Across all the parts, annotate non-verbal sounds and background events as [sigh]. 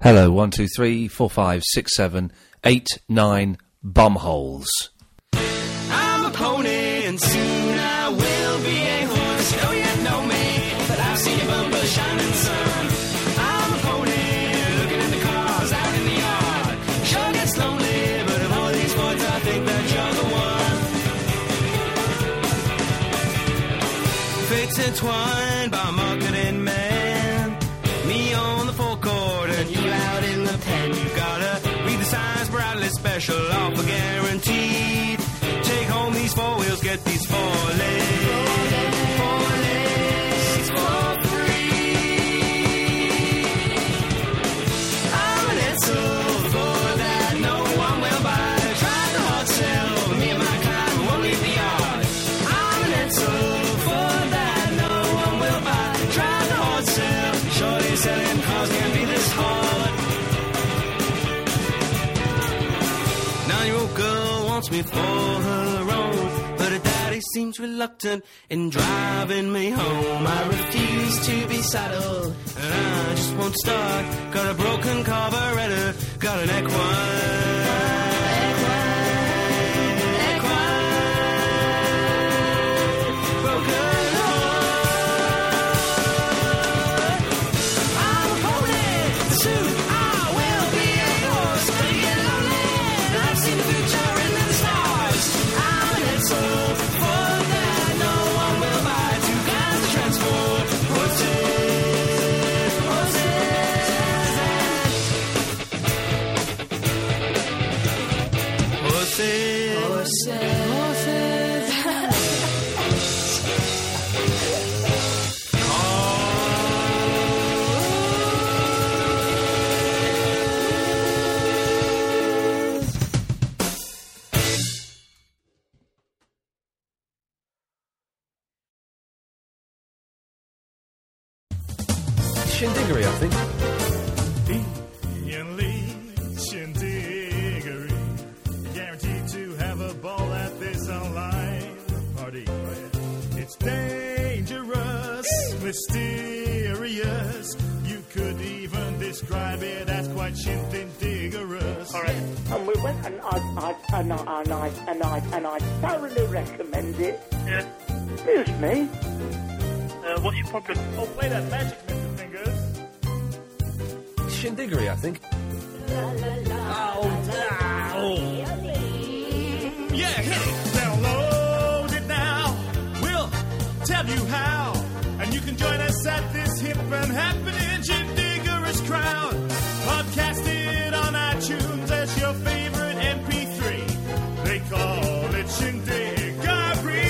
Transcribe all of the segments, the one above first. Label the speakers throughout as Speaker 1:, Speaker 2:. Speaker 1: Hello, one, two, three, four, five, six, seven, eight, nine, bumholes.
Speaker 2: I'm a pony and soon I will be a horse. Oh, You don't yet know me, but I've seen your bumper shining sun. I'm a pony looking at the cars out in the yard. Sure gets lonely, but of all these boys, I think that you're the one. Fates entwined by marketing man. Me on the forecourt and you out in the pen. You gotta read the signs, Bradley special offer guaranteed. Take home these four wheels, get these four legs. Four legs for free. I'm an Edsel, the boy that no one will buy. Tried the hard sell, me and my kind won't leave the yard. I'm an Edsel, the boy that no one will buy. Tried the hard sell, shorty selling cars can be this hard. Nine-year-old girl wants me for her own, but her daddy seems reluctant in driving me home. I refuse to be saddled, and I just won't start. Got a broken carburetor, got an equine. Equine. Broken heart. I'm a pony, soon I will be a horse. But you get lonely, and I've seen the future in the stars. I'm an Edsel, for that no one will buy. Two guys to transport horses, horses, and Horses. Horses.
Speaker 1: Shindiggery, I think.
Speaker 3: Ian Lee, Shindiggery. Guaranteed to have a ball at this online party. It's dangerous, mysterious. You could even describe it as quite shindiggerous. All right.
Speaker 4: And we went and I, I, and I, and I, and I, and I thoroughly recommend it.
Speaker 3: Yeah.
Speaker 4: Excuse me.
Speaker 3: Uh, what's your problem? Oh, play that magic, Mr. Fingers.
Speaker 1: Shindiggery, I think.
Speaker 3: Yeah, hit it. Download it now. We'll tell you how. And you can join us at this hip and happening Jindiggerous crowd. Podcast it on iTunes as your favorite MP3. They call it Shindiggery.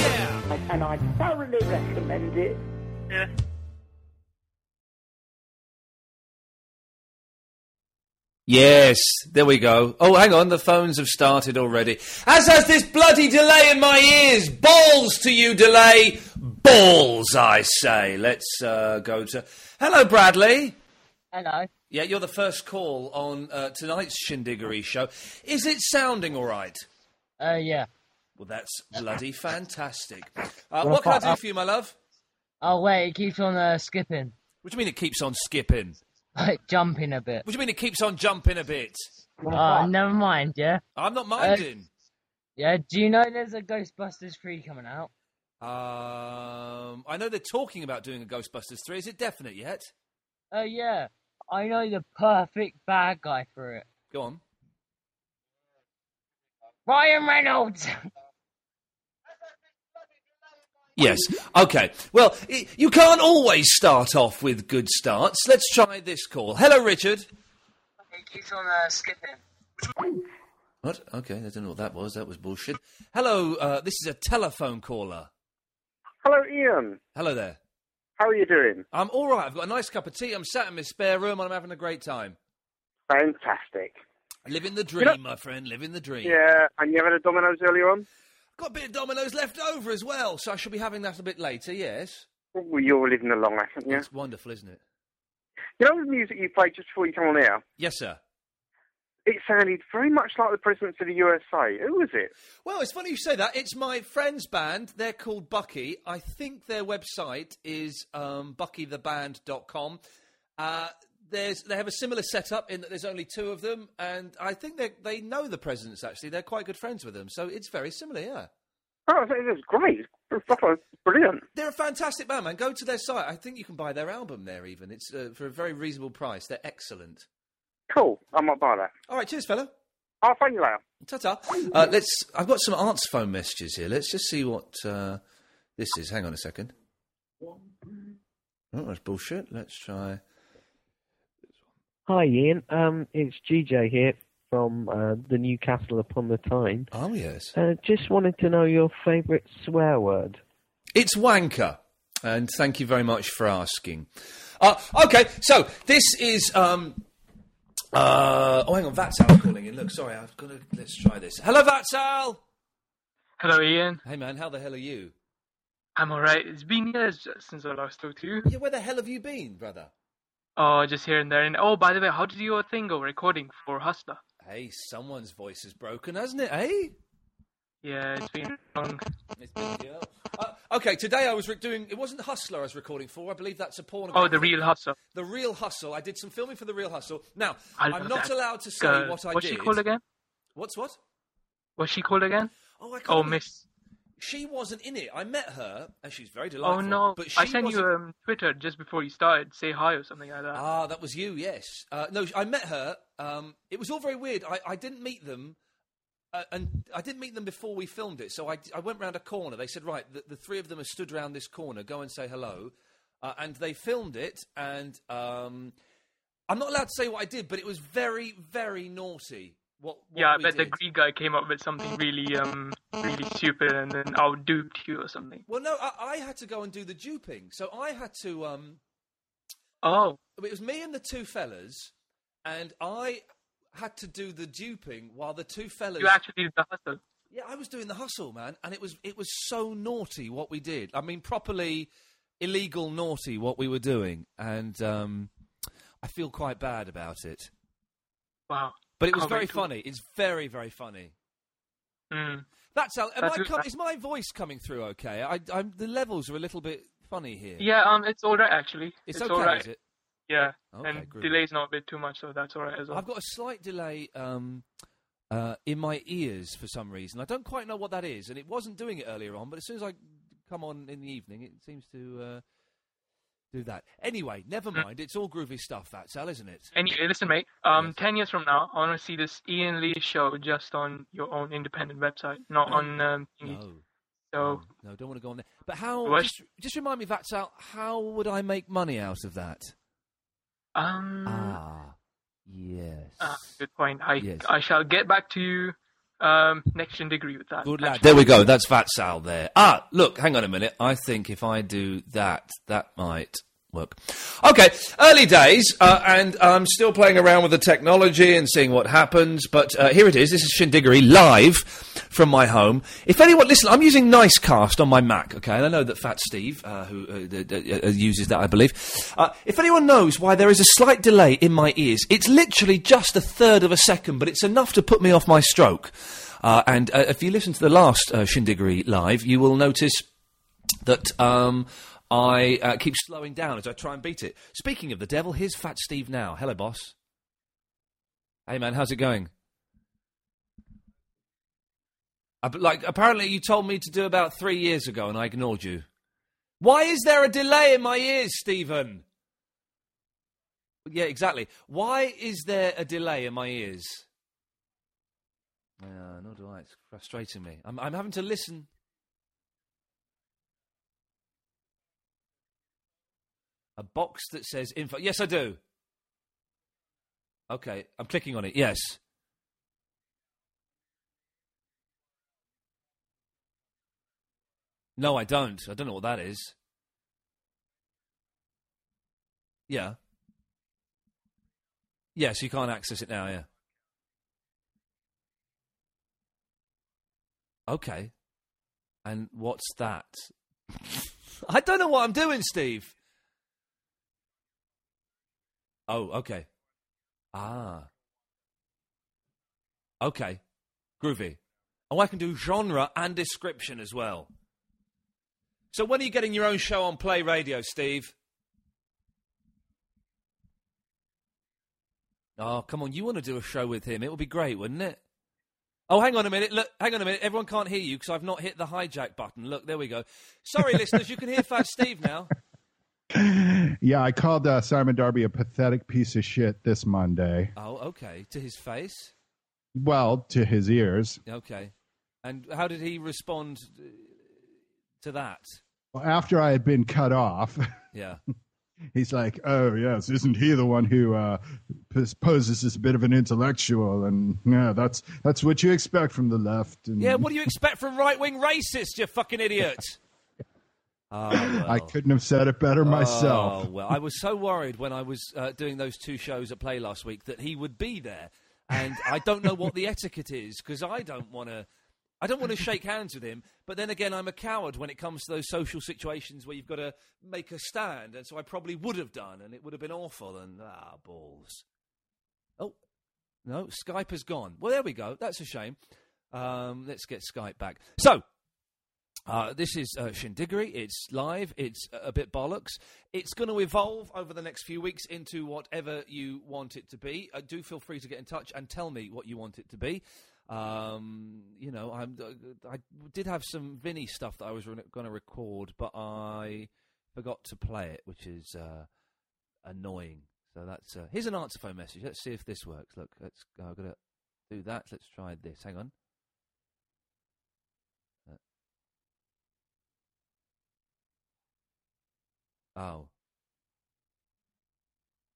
Speaker 3: Yeah.
Speaker 4: And and I thoroughly recommend it.
Speaker 3: Yeah.
Speaker 1: Yes, there we go. Oh, hang on, the phones have started already. As has this bloody delay in my ears. Balls to you, delay. Balls, I say. Let's uh, go to. Hello, Bradley.
Speaker 5: Hello.
Speaker 1: Yeah, you're the first call on uh, tonight's Shindiggery show. Is it sounding all right?
Speaker 5: Uh, yeah.
Speaker 1: Well, that's bloody fantastic. Uh, what can I do for you, my love?
Speaker 5: Oh wait, it keeps on uh, skipping, [laughs]
Speaker 1: What do you mean it keeps on skipping?
Speaker 5: like jumping a bit.
Speaker 1: What do you mean it keeps on jumping a bit?
Speaker 5: Uh, never mind. Yeah. Uh,
Speaker 1: I'm not minding.
Speaker 5: Yeah. Do you know there's a Ghostbusters three coming out?
Speaker 1: Um, I know they're talking about doing a Ghostbusters 3. Is it definite yet?
Speaker 5: Oh yeah. I know the perfect bad guy for it.
Speaker 1: Go on.
Speaker 5: Ryan Reynolds. [laughs]
Speaker 1: Yes. Okay. Well, i you can't always start off with good starts. Let's try this call. Hello, Richard.
Speaker 5: it keeps on uh, skipping.
Speaker 1: What? Okay, I don't know what that was. That was bullshit. Hello, uh, this is a telephone caller.
Speaker 6: Hello, Ian.
Speaker 1: Hello there.
Speaker 6: How are you doing?
Speaker 1: I'm all right. I've got a nice cup of tea. I'm sat in my spare room and I'm having a great time.
Speaker 6: Fantastic.
Speaker 1: Living the dream, my friend. Living the dream.
Speaker 6: Yeah, and you had a Domino's earlier on?
Speaker 1: Got a bit of Domino's left over as well, so I shall be having that a bit later. Yes.
Speaker 6: Well, Oh, you're living the long life, aren't you?
Speaker 1: It's wonderful, isn't it?
Speaker 6: You know the music you played just before you come on air?
Speaker 1: Yes, sir.
Speaker 6: It sounded very much like the Presidents of the USA. Who was it?
Speaker 1: Well, it's funny you say that. It's my friend's band. They're called Bucky. I think their website is um, buckytheband.com. Uh, there's, they have a similar setup in that there's only two of them, and I think they they know the presidents actually. They're quite good friends with them, so it's very similar. Yeah,
Speaker 6: Oh, I think it was great. Buffalo's brilliant.
Speaker 1: they're a fantastic band, man. Go to their site. I think you can buy their album there even. It's uh, for a very reasonable price. They're excellent.
Speaker 6: Cool. I might buy that.
Speaker 1: All right, cheers, fella.
Speaker 6: I'll phone you later.
Speaker 1: Ta-ta. Uh, let's. I've got some answer phone messages here. Let's just see what uh, this is. Hang on a second. Oh, that's bullshit. Let's try.
Speaker 7: Hi, Ian. Um, it's GJ here from uh, the Newcastle upon the Tyne.
Speaker 1: Oh yes,
Speaker 7: Uh, just wanted to know your favourite swear word.
Speaker 1: it's wanker. And thank you very much for asking. Uh, okay, so this is. Um, uh, oh, hang on, Vatsal calling in. Look, sorry, I've got to. Let's try this. Hello, Vatsal.
Speaker 8: Hello, Ian.
Speaker 1: Hey, man, how the hell are you?
Speaker 8: I'm alright. It's been years since I last talked to you.
Speaker 1: Yeah, where the hell have you been, brother?
Speaker 8: Oh, just here and there. And oh, by the way, how did your thing go recording for Hustler?
Speaker 1: Hey, someone's voice is broken, hasn't it? Eh?
Speaker 8: Yeah, it's been long.
Speaker 1: It's been yeah. Uh, okay, today I was re- doing. It wasn't Hustler I was recording for. I believe that's a porn.
Speaker 8: Oh, the real Hustler.
Speaker 1: The Real Hustle. I did some filming for The Real Hustle. Now,
Speaker 8: I
Speaker 1: I'm
Speaker 8: love
Speaker 1: not
Speaker 8: that
Speaker 1: allowed to say
Speaker 8: girl.
Speaker 1: what I
Speaker 8: What's
Speaker 1: did.
Speaker 8: she called again?
Speaker 1: What's what?
Speaker 8: What's she called again?
Speaker 1: Oh, I can't
Speaker 8: Oh,
Speaker 1: remember.
Speaker 8: Miss.
Speaker 1: She wasn't in it. I met her, and she's very delightful.
Speaker 8: Oh no.
Speaker 1: but she
Speaker 8: I sent you
Speaker 1: wasn't-
Speaker 8: um Twitter just before you started. Say hi or something like that.
Speaker 1: Ah, that was you. Yes. Uh, no, I met her. Um, it was all very weird. I, I didn't meet them, uh, and I didn't meet them before we filmed it. So I, I went round a corner. They said, right, the, the three of them have stood round this corner. Go and say hello. Uh, and they filmed it, and um, I'm not allowed to say what I did, but it was very, very naughty. What? what
Speaker 8: yeah, I
Speaker 1: we
Speaker 8: bet the
Speaker 1: did.
Speaker 8: Greek guy came up with something really um really stupid and then outduped you or something.
Speaker 1: Well, no, I, I had to go and do the duping. So I had to. Um,
Speaker 8: Oh,
Speaker 1: it was me and the two fellas, and I had to do the duping while the two fellas.
Speaker 8: you actually did the hustle.
Speaker 1: Yeah, I was doing the hustle, man, and it was it was so naughty what we did. I mean, properly illegal, naughty what we were doing, and um, I feel quite bad about it.
Speaker 8: Wow.
Speaker 1: But it was
Speaker 8: Can't
Speaker 1: very
Speaker 8: wait to-
Speaker 1: funny. It's very, very funny.
Speaker 8: Mm.
Speaker 1: That's how. Am
Speaker 8: That's
Speaker 1: I
Speaker 8: good.
Speaker 1: com- is my voice coming through okay? I, I'm, the levels are a little bit funny here.
Speaker 8: Yeah, um, it's all right actually.
Speaker 1: it's,
Speaker 8: It's,
Speaker 1: okay,
Speaker 8: all right.
Speaker 1: is it?
Speaker 8: Yeah,
Speaker 1: Okay,
Speaker 8: and
Speaker 1: groovy.
Speaker 8: delay's not a bit too much, so that's all right as well.
Speaker 1: I've got a slight delay um, uh, in my ears for some reason. I don't quite know what that is, and it wasn't doing it earlier on. But as soon as I come on in the evening, it seems to uh, do that. Anyway, never
Speaker 8: Mm.
Speaker 1: mind. It's all groovy stuff, that Sal, isn't it?
Speaker 8: Anyway, listen, mate. Um,
Speaker 1: Yes.
Speaker 8: ten years from now, I want to see this Ian Lee show just on your own independent website, not on um. thingy.
Speaker 1: No,
Speaker 8: So
Speaker 1: no, don't want to go on there. But how?
Speaker 8: Well,
Speaker 1: Just, just remind me, Vatsal, how would I make money out of that?
Speaker 8: um,
Speaker 1: Ah, yes.
Speaker 8: ah, good point. I
Speaker 1: yes.
Speaker 8: I shall get back to you, um, next in degree with that.
Speaker 1: Good lad.
Speaker 8: actually.
Speaker 1: There we go. That's Vatsal there. Ah, look, hang on a minute. I think if I do that, that might work. Okay, early days, uh, and I'm still playing around with the technology and seeing what happens, but uh, here it is. This is Shindiggery live from my home. If anyone, listen, I'm using Nicecast on my Mac, okay? And I know that Fat Steve, uh, who uh, d- d- uh, uses that, I believe. Uh, if anyone knows why there is a slight delay in my ears, it's literally just a third of a second, but it's enough to put me off my stroke. Uh, and uh, if you listen to the last uh, Shindiggery live, you will notice that um, I uh, keep slowing down as I try and beat it. Speaking of the devil, here's Fat Steve now. Hello, boss. Hey, man, how's it going? Uh, but, like, apparently you told me to do about three years ago, and I ignored you. Why is there a delay in my ears, Stephen? Yeah, exactly. Why is there a delay in my ears? Yeah, nor do I. It's frustrating me. I'm, I'm having to listen. A box that says info. Yes, I do. Okay, I'm clicking on it. Yes. No, I don't. I don't know what that is. Yeah. Yes, you can't access it now, yeah. Okay. And what's that? [laughs] I don't know what I'm doing, Steve. Oh, okay. Ah. Okay. Groovy. Oh, I can do genre and description as well. So when are you getting your own show on Play Radio, Steve? Oh, come on. You want to do a show with him? It would be great, wouldn't it? Oh, hang on a minute. Look, hang on a minute. Everyone can't hear you because I've not hit the hijack button. Look, there we go. Sorry, [laughs] listeners. You can hear Fat Steve now.
Speaker 9: yeah, I called uh, Simon Darby a pathetic piece of shit this Monday.
Speaker 1: Oh, okay. To his face.
Speaker 9: Well, to his ears.
Speaker 1: Okay. And how did he respond uh, to that?
Speaker 9: Well, after I had been cut off, [laughs]
Speaker 1: Yeah.
Speaker 9: he's like, "Oh yes, isn't he the one who uh, pos- poses as a bit of an intellectual?" And yeah, that's that's what you expect from the left. And
Speaker 1: Yeah, what do you expect from right wing racists, you fucking idiot? Oh, well.
Speaker 9: I couldn't have said it better myself.
Speaker 1: Oh, well, I was so worried when I was uh, doing those two shows at Play last week that he would be there. And I don't know
Speaker 9: [laughs]
Speaker 1: what the etiquette is because I don't want to. I don't want to shake hands with him, but then again, I'm a coward when it comes to those social situations where you've got to make a stand, and so I probably would have done, and it would have been awful. And ah, balls. Oh no, Skype has gone. Well, there we go. That's a shame. Um, let's get Skype back. So uh, this is uh, Shindiggery. It's live. It's a a bit bollocks. It's going to evolve over the next few weeks into whatever you want it to be. Uh, do feel free to get in touch and tell me what you want it to be. Um, you know, I'm, uh, I did have some Vinny stuff that I was re- going to record, but I forgot to play it, which is uh, annoying. So that's uh, here's an answer phone message. Let's see if this works. Look, let's go. I've got to do that. Let's try this. Hang on. Oh.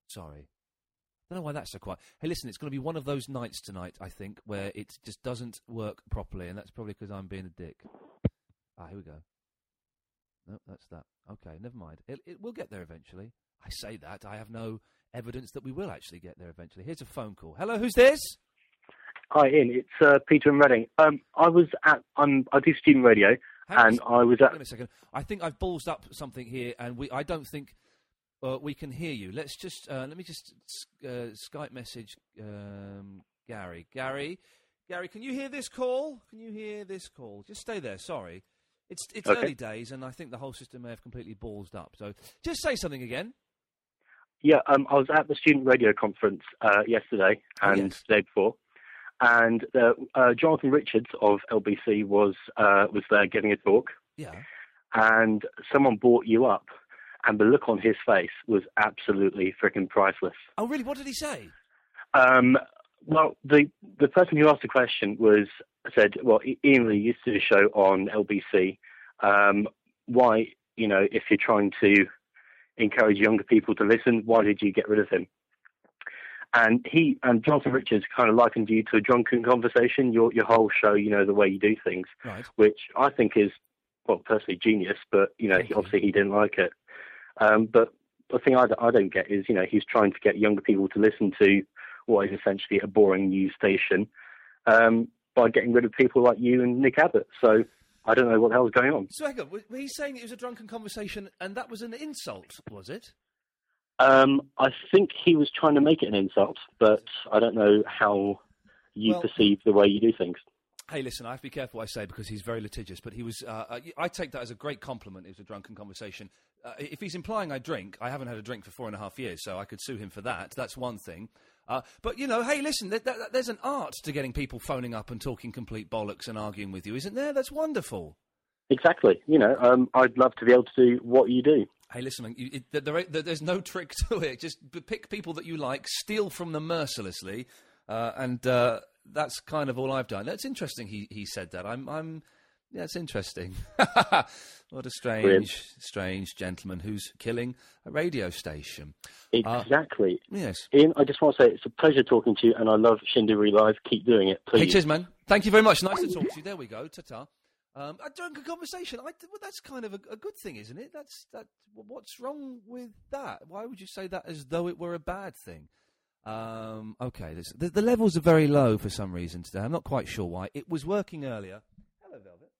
Speaker 1: Sorry. I don't know why that's so quiet. Hey, listen, it's going to be one of those nights tonight, I think, where it just doesn't work properly, and that's probably because I'm being a dick. Ah, here we go. No, that's that. Okay, never mind. It, it will get there eventually. I say that. I have no evidence that we will actually get there eventually. Here's a phone call. Hello, who's this?
Speaker 10: Hi, Ian. It's uh, Peter in Reading. Um, I was at um, I do student radio,
Speaker 1: Hang on a
Speaker 10: and
Speaker 1: sec-
Speaker 10: I was
Speaker 1: hang
Speaker 10: at
Speaker 1: on a second. I think I've ballsed up something here, and we. I don't think uh, we can hear you. Let's just uh, let me just s- uh, Skype message um, Gary. Gary, Gary, can you hear this call? Can you hear this call? Just stay there. Sorry, it's it's
Speaker 10: Okay.
Speaker 1: early days, and I think the whole system may have completely ballsed up. So just say something again.
Speaker 10: yeah, um, I was at the student radio conference uh, yesterday
Speaker 1: Oh,
Speaker 10: and the day before, and uh, uh, Jonathan Richards of LBC was uh, was there giving a talk,
Speaker 1: Yeah.
Speaker 10: and someone brought you up, and the look on his face was absolutely freaking priceless.
Speaker 1: Oh, really? What did he say?
Speaker 10: Um, well, the the person who asked the question was said, well, I- Ian Lee used to do a show on LBC. Um, why, you know, if you're trying to encourage younger people to listen, why did you get rid of him? And he and Jonathan Richards kind of likened you to a drunken conversation. Your your whole show, you know, the way you do things,
Speaker 1: Right.
Speaker 10: which I think is well personally genius, but you know, he, obviously he didn't like it. Um, but the thing I, I don't get is, you know, he's trying to get younger people to listen to what is essentially a boring news station um, by getting rid of people like you and Nick Abbott. So I don't know what the hell's going on.
Speaker 1: So hang on. Were were he saying it was a drunken conversation, and that was an insult? Was it?
Speaker 10: Um, I think he was trying to make it an insult, but I don't know how you
Speaker 1: Well-
Speaker 10: perceive the way you do things.
Speaker 1: Hey, listen, I have to be careful what I say because he's very litigious, but he was. Uh, I- I take that as a great compliment. It was a drunken conversation. Uh, if he's implying I drink, I haven't had a drink for four and a half years, so I could sue him for that. That's one thing. Uh, but, you know, hey, listen, th- th- there's an art to getting people phoning up and talking complete bollocks and arguing with you, isn't there? That's wonderful.
Speaker 10: Exactly. You know, um, I'd love to be able to do what you do.
Speaker 1: Hey, listen, man, you, it, there, there, there's no trick [laughs] to it. Just p- pick people that you like, steal from them mercilessly, uh, and uh, that's kind of all I've done. That's interesting. He he said that. I'm I'm. Yeah, it's interesting. [laughs] what a strange,
Speaker 10: Brilliant.
Speaker 1: strange gentleman who's killing a radio station. Uh,
Speaker 10: Exactly.
Speaker 1: yes.
Speaker 10: Ian, I just want to say it's a pleasure talking to you, and I love Shindery Live. Keep doing it, please.
Speaker 1: Hey, cheers, man. Thank you very much. Nice to talk to you. There we go. Ta ta. Um, a drunken conversation. I, well, that's kind of a, a good thing, isn't it? That's that. What's wrong with that? Why would you say that as though it were a bad thing? Um, okay, this, the, the levels are very low for some reason today. I'm not quite sure why. It was working earlier. Hello, Velvet.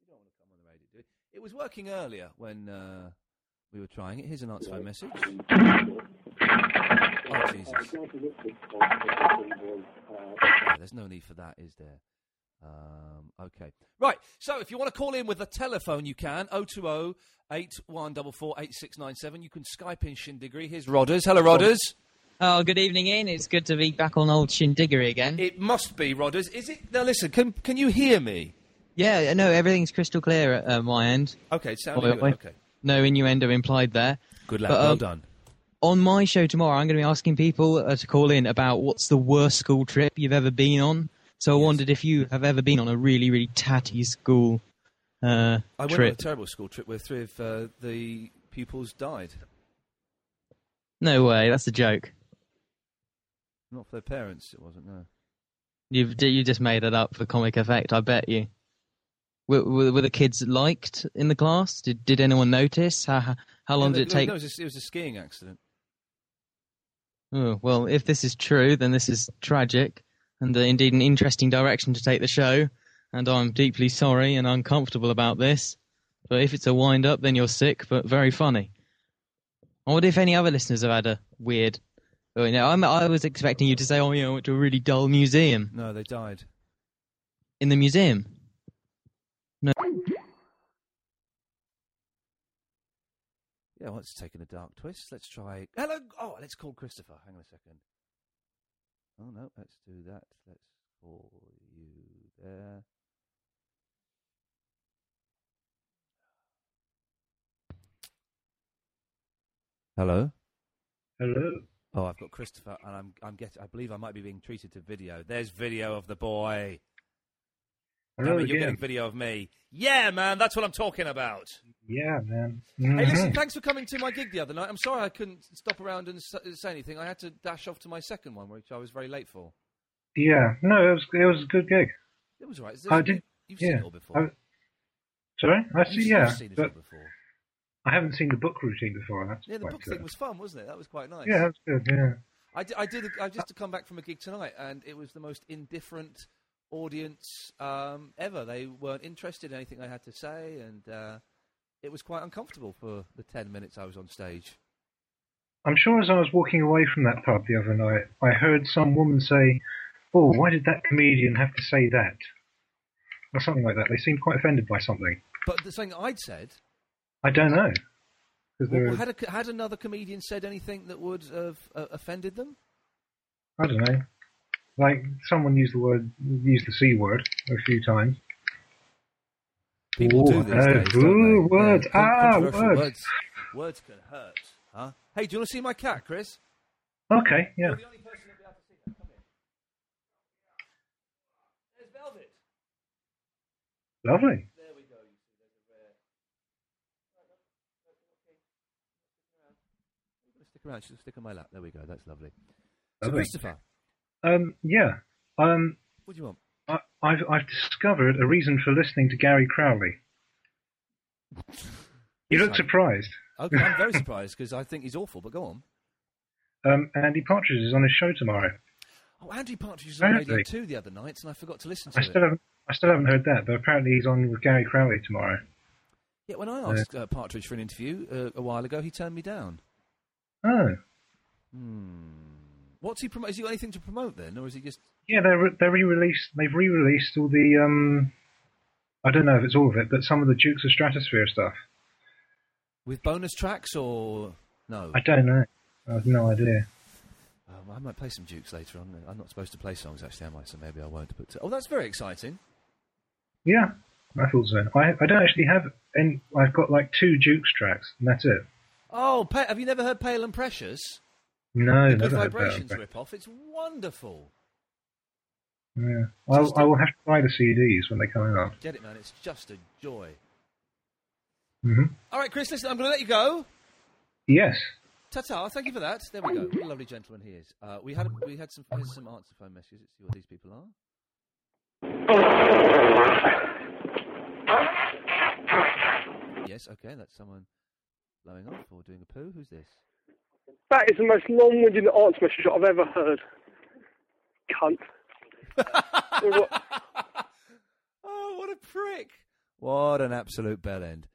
Speaker 1: You don't want to come on the radio, do you? It was working earlier when uh, we were trying it. Here's an answer phone message. Oh, Jesus. Yeah, there's no need for that, is there? Um, okay. Right. So if you want to call in with a telephone, you can. 020 8144 8697. You can Skype in Shindigri. Here's Rodders. Hello, Rodders.
Speaker 11: Oh, good evening, Ian. It's good to be back on old Shindiggery again.
Speaker 1: It must be Rodders. Is it? Now listen. Can can you hear me?
Speaker 11: Yeah, no, everything's crystal clear at uh, my end.
Speaker 1: Okay, it
Speaker 11: By
Speaker 1: sounded
Speaker 11: the
Speaker 1: good.
Speaker 11: way.
Speaker 1: Okay.
Speaker 11: No innuendo implied there.
Speaker 1: Good lad.
Speaker 11: But,
Speaker 1: well
Speaker 11: um,
Speaker 1: done.
Speaker 11: On my show tomorrow, I'm going to be asking people uh, to call in about what's the worst school trip you've ever been on. So I wondered if you have ever been on a really, really tatty school uh,
Speaker 1: I went on a
Speaker 11: trip.
Speaker 1: terrible school trip where three of uh, the pupils died,
Speaker 11: No way, that's a joke.
Speaker 1: not for their parents. It wasn't. No.
Speaker 11: You've d- you just made it up for comic effect. I bet you. Were, were, were the kids liked in the class? Did did anyone notice? How how- how long
Speaker 1: No,
Speaker 11: did it
Speaker 1: no,
Speaker 11: take?
Speaker 1: No, it was a, it was a skiing accident.
Speaker 11: Oh, well, if this is true, then this is tragic, and uh, indeed an interesting direction to take the show. And I'm deeply sorry and uncomfortable about this. But if it's a wind up, then you're sick, but very funny. I wonder if any other listeners have had a weird. Oh, you know, I'm, I was expecting you to say, "Oh, yeah, I went to a really dull museum."
Speaker 1: No, they died.
Speaker 11: In the museum. No.
Speaker 1: Yeah, well, it's taken a dark twist. Let's try. Hello. Oh, let's call Christopher. Hang on a second. Oh no, let's do that. Let's call you there. Hello.
Speaker 12: Hello.
Speaker 1: Oh, I've got Christopher, and I'm I'm getting. I believe I might be being treated to video. There's video of the boy.
Speaker 12: Hello
Speaker 1: Damn it, you're
Speaker 12: again.
Speaker 1: getting video of me. Yeah, man, that's what I'm talking about.
Speaker 12: Yeah, man.
Speaker 1: Hey, listen,
Speaker 12: Mhm.
Speaker 1: thanks for coming to my gig the other night. I'm sorry I couldn't stop around and s- say anything. I had to dash off to my second one, which I was very late for.
Speaker 12: Yeah. No, it was it was a good gig.
Speaker 1: It was all right.
Speaker 12: I did.
Speaker 1: You've
Speaker 12: yeah.
Speaker 1: seen it all before.
Speaker 12: I- sorry, I
Speaker 1: You've
Speaker 12: see.
Speaker 1: seen-
Speaker 12: Yeah,
Speaker 1: you've seen it all
Speaker 12: but
Speaker 1: before.
Speaker 12: I haven't seen the book routine before. That's
Speaker 1: Yeah, the
Speaker 12: quite
Speaker 1: book
Speaker 12: good.
Speaker 1: thing was fun, wasn't it? That was quite nice.
Speaker 12: Yeah, that's good. Yeah.
Speaker 1: I di- I did. a- I just come back from a gig tonight, and it was the most indifferent audience um, ever. They weren't interested in anything I had to say, and uh, it was quite uncomfortable for the ten minutes I was on stage.
Speaker 12: I'm sure as I was walking away from that pub the other night, I heard some woman say, "Oh, why did that comedian have to say that?" or something like that. They seemed quite offended by something.
Speaker 1: But the thing I'd said,
Speaker 12: I don't know. 'Cause there
Speaker 1: well,
Speaker 12: were-
Speaker 1: had, a, co- had another comedian said anything that would have uh, offended them?
Speaker 12: I don't know. Like someone used the word used the c word a few times.
Speaker 1: People
Speaker 12: Ooh,
Speaker 1: do these
Speaker 12: no.
Speaker 1: days, don't
Speaker 12: Ooh,
Speaker 1: they? Yeah,
Speaker 12: words.
Speaker 1: con-
Speaker 12: ah,
Speaker 1: controversial
Speaker 12: words.
Speaker 1: words. Words can hurt, huh? Hey, do you want to see my cat, Chris?
Speaker 12: Okay, yeah.
Speaker 1: You're the only person that'll be able to see that. Come here. There's Velvet.
Speaker 12: Lovely.
Speaker 1: There we go. You see, there's a rare. Stick around. She'll stick on my lap. There we go. That's lovely. So,
Speaker 12: Lovely.
Speaker 1: Christopher,
Speaker 12: Um, yeah. Um,
Speaker 1: what do you want?
Speaker 12: I, I've I've discovered a reason for listening to Gary Crowley. You look surprised.
Speaker 1: Okay, I'm very surprised because I think he's awful. But go on.
Speaker 12: [laughs] Um, Andy Partridge is on his show tomorrow.
Speaker 1: Oh, Andy Partridge was on Radio
Speaker 12: Apparently.
Speaker 1: Two the other night, and I forgot to listen to
Speaker 12: I
Speaker 1: it.
Speaker 12: still haven't I still haven't heard that, but apparently he's on with Gary Crowley tomorrow.
Speaker 1: Yeah, when I
Speaker 12: Yeah.
Speaker 1: asked uh, Partridge for an interview uh, a while ago, he turned me down.
Speaker 12: Oh,
Speaker 1: What's he promote? Has he got anything to promote then, or is he just?
Speaker 12: yeah. They re- they re-released. They've re-released all the um. I don't know if it's all of it, but some of the Dukes of Stratosphere stuff.
Speaker 1: With bonus tracks or no?
Speaker 12: I don't know. I have no idea.
Speaker 1: Um, I might play some Dukes later on. I'm not supposed to play songs actually, am I? So maybe I won't. But oh, that's very exciting.
Speaker 12: Yeah, I thought so. I I don't actually have any. I've got like two Dukes tracks, and that's it.
Speaker 1: Oh, pa- have you never heard Pale and Precious?
Speaker 12: No,
Speaker 1: the Good
Speaker 12: never heard that.
Speaker 1: Vibrations rip-off. It's wonderful.
Speaker 12: Yeah, I'll, I will have to buy the CDs when they come out.
Speaker 1: Get it, man. It's just a joy.
Speaker 12: hmm
Speaker 1: All right, Chris. Listen, I'm going to let you go.
Speaker 12: Yes.
Speaker 1: Ta-ta. Thank you for that. There we go. What a lovely gentleman he is. Uh, we had we had some here's some answer phone messages. Let's see what these people are. Yes. Okay. That's someone blowing off or doing a poo. Who's this?
Speaker 6: That is the most long-winded answer message I've ever heard. Cunt.
Speaker 1: [laughs] Oh, what a prick! What an absolute bell end.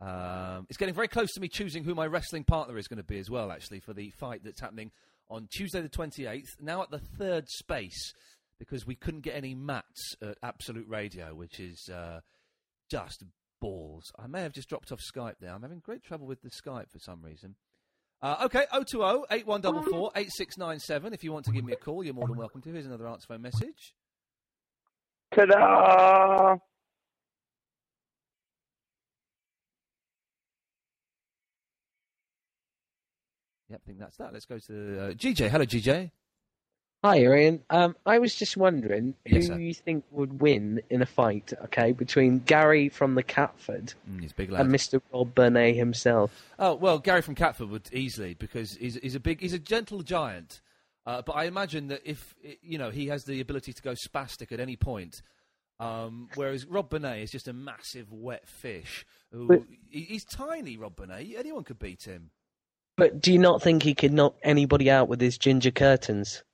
Speaker 1: Um, it's getting very close to me choosing who my wrestling partner is going to be as well, actually, for the fight that's happening on Tuesday the 28th, now at the third space, because we couldn't get any mats at Absolute Radio, which is uh, just balls. I may have just dropped off Skype there. I'm having great trouble with the Skype for some reason. Uh, okay, 020 8144 8697. If you want to give me a call, you're more than welcome to. Here's another answer phone message.
Speaker 6: Ta-da!
Speaker 1: Yep, I think that's that. Let's go to uh, GJ. Hello, GJ.
Speaker 7: Hi, Ian. Um, I was just wondering who
Speaker 1: Yes, sir.
Speaker 7: you think would win in a fight, okay, between Gary from the Catford
Speaker 1: he's big lad.
Speaker 7: and Mr. Rob Bernay himself.
Speaker 1: Oh well, Gary from Catford would easily because he's, he's a big, he's a gentle giant. Uh, but I imagine that if you know he has the ability to go spastic at any point, um, whereas Rob Bonet is just a massive wet fish. Who,
Speaker 7: But-
Speaker 1: he- he's tiny, Rob Bonet. Anyone could beat him.
Speaker 7: But do you not think he could knock anybody out with his ginger curtains?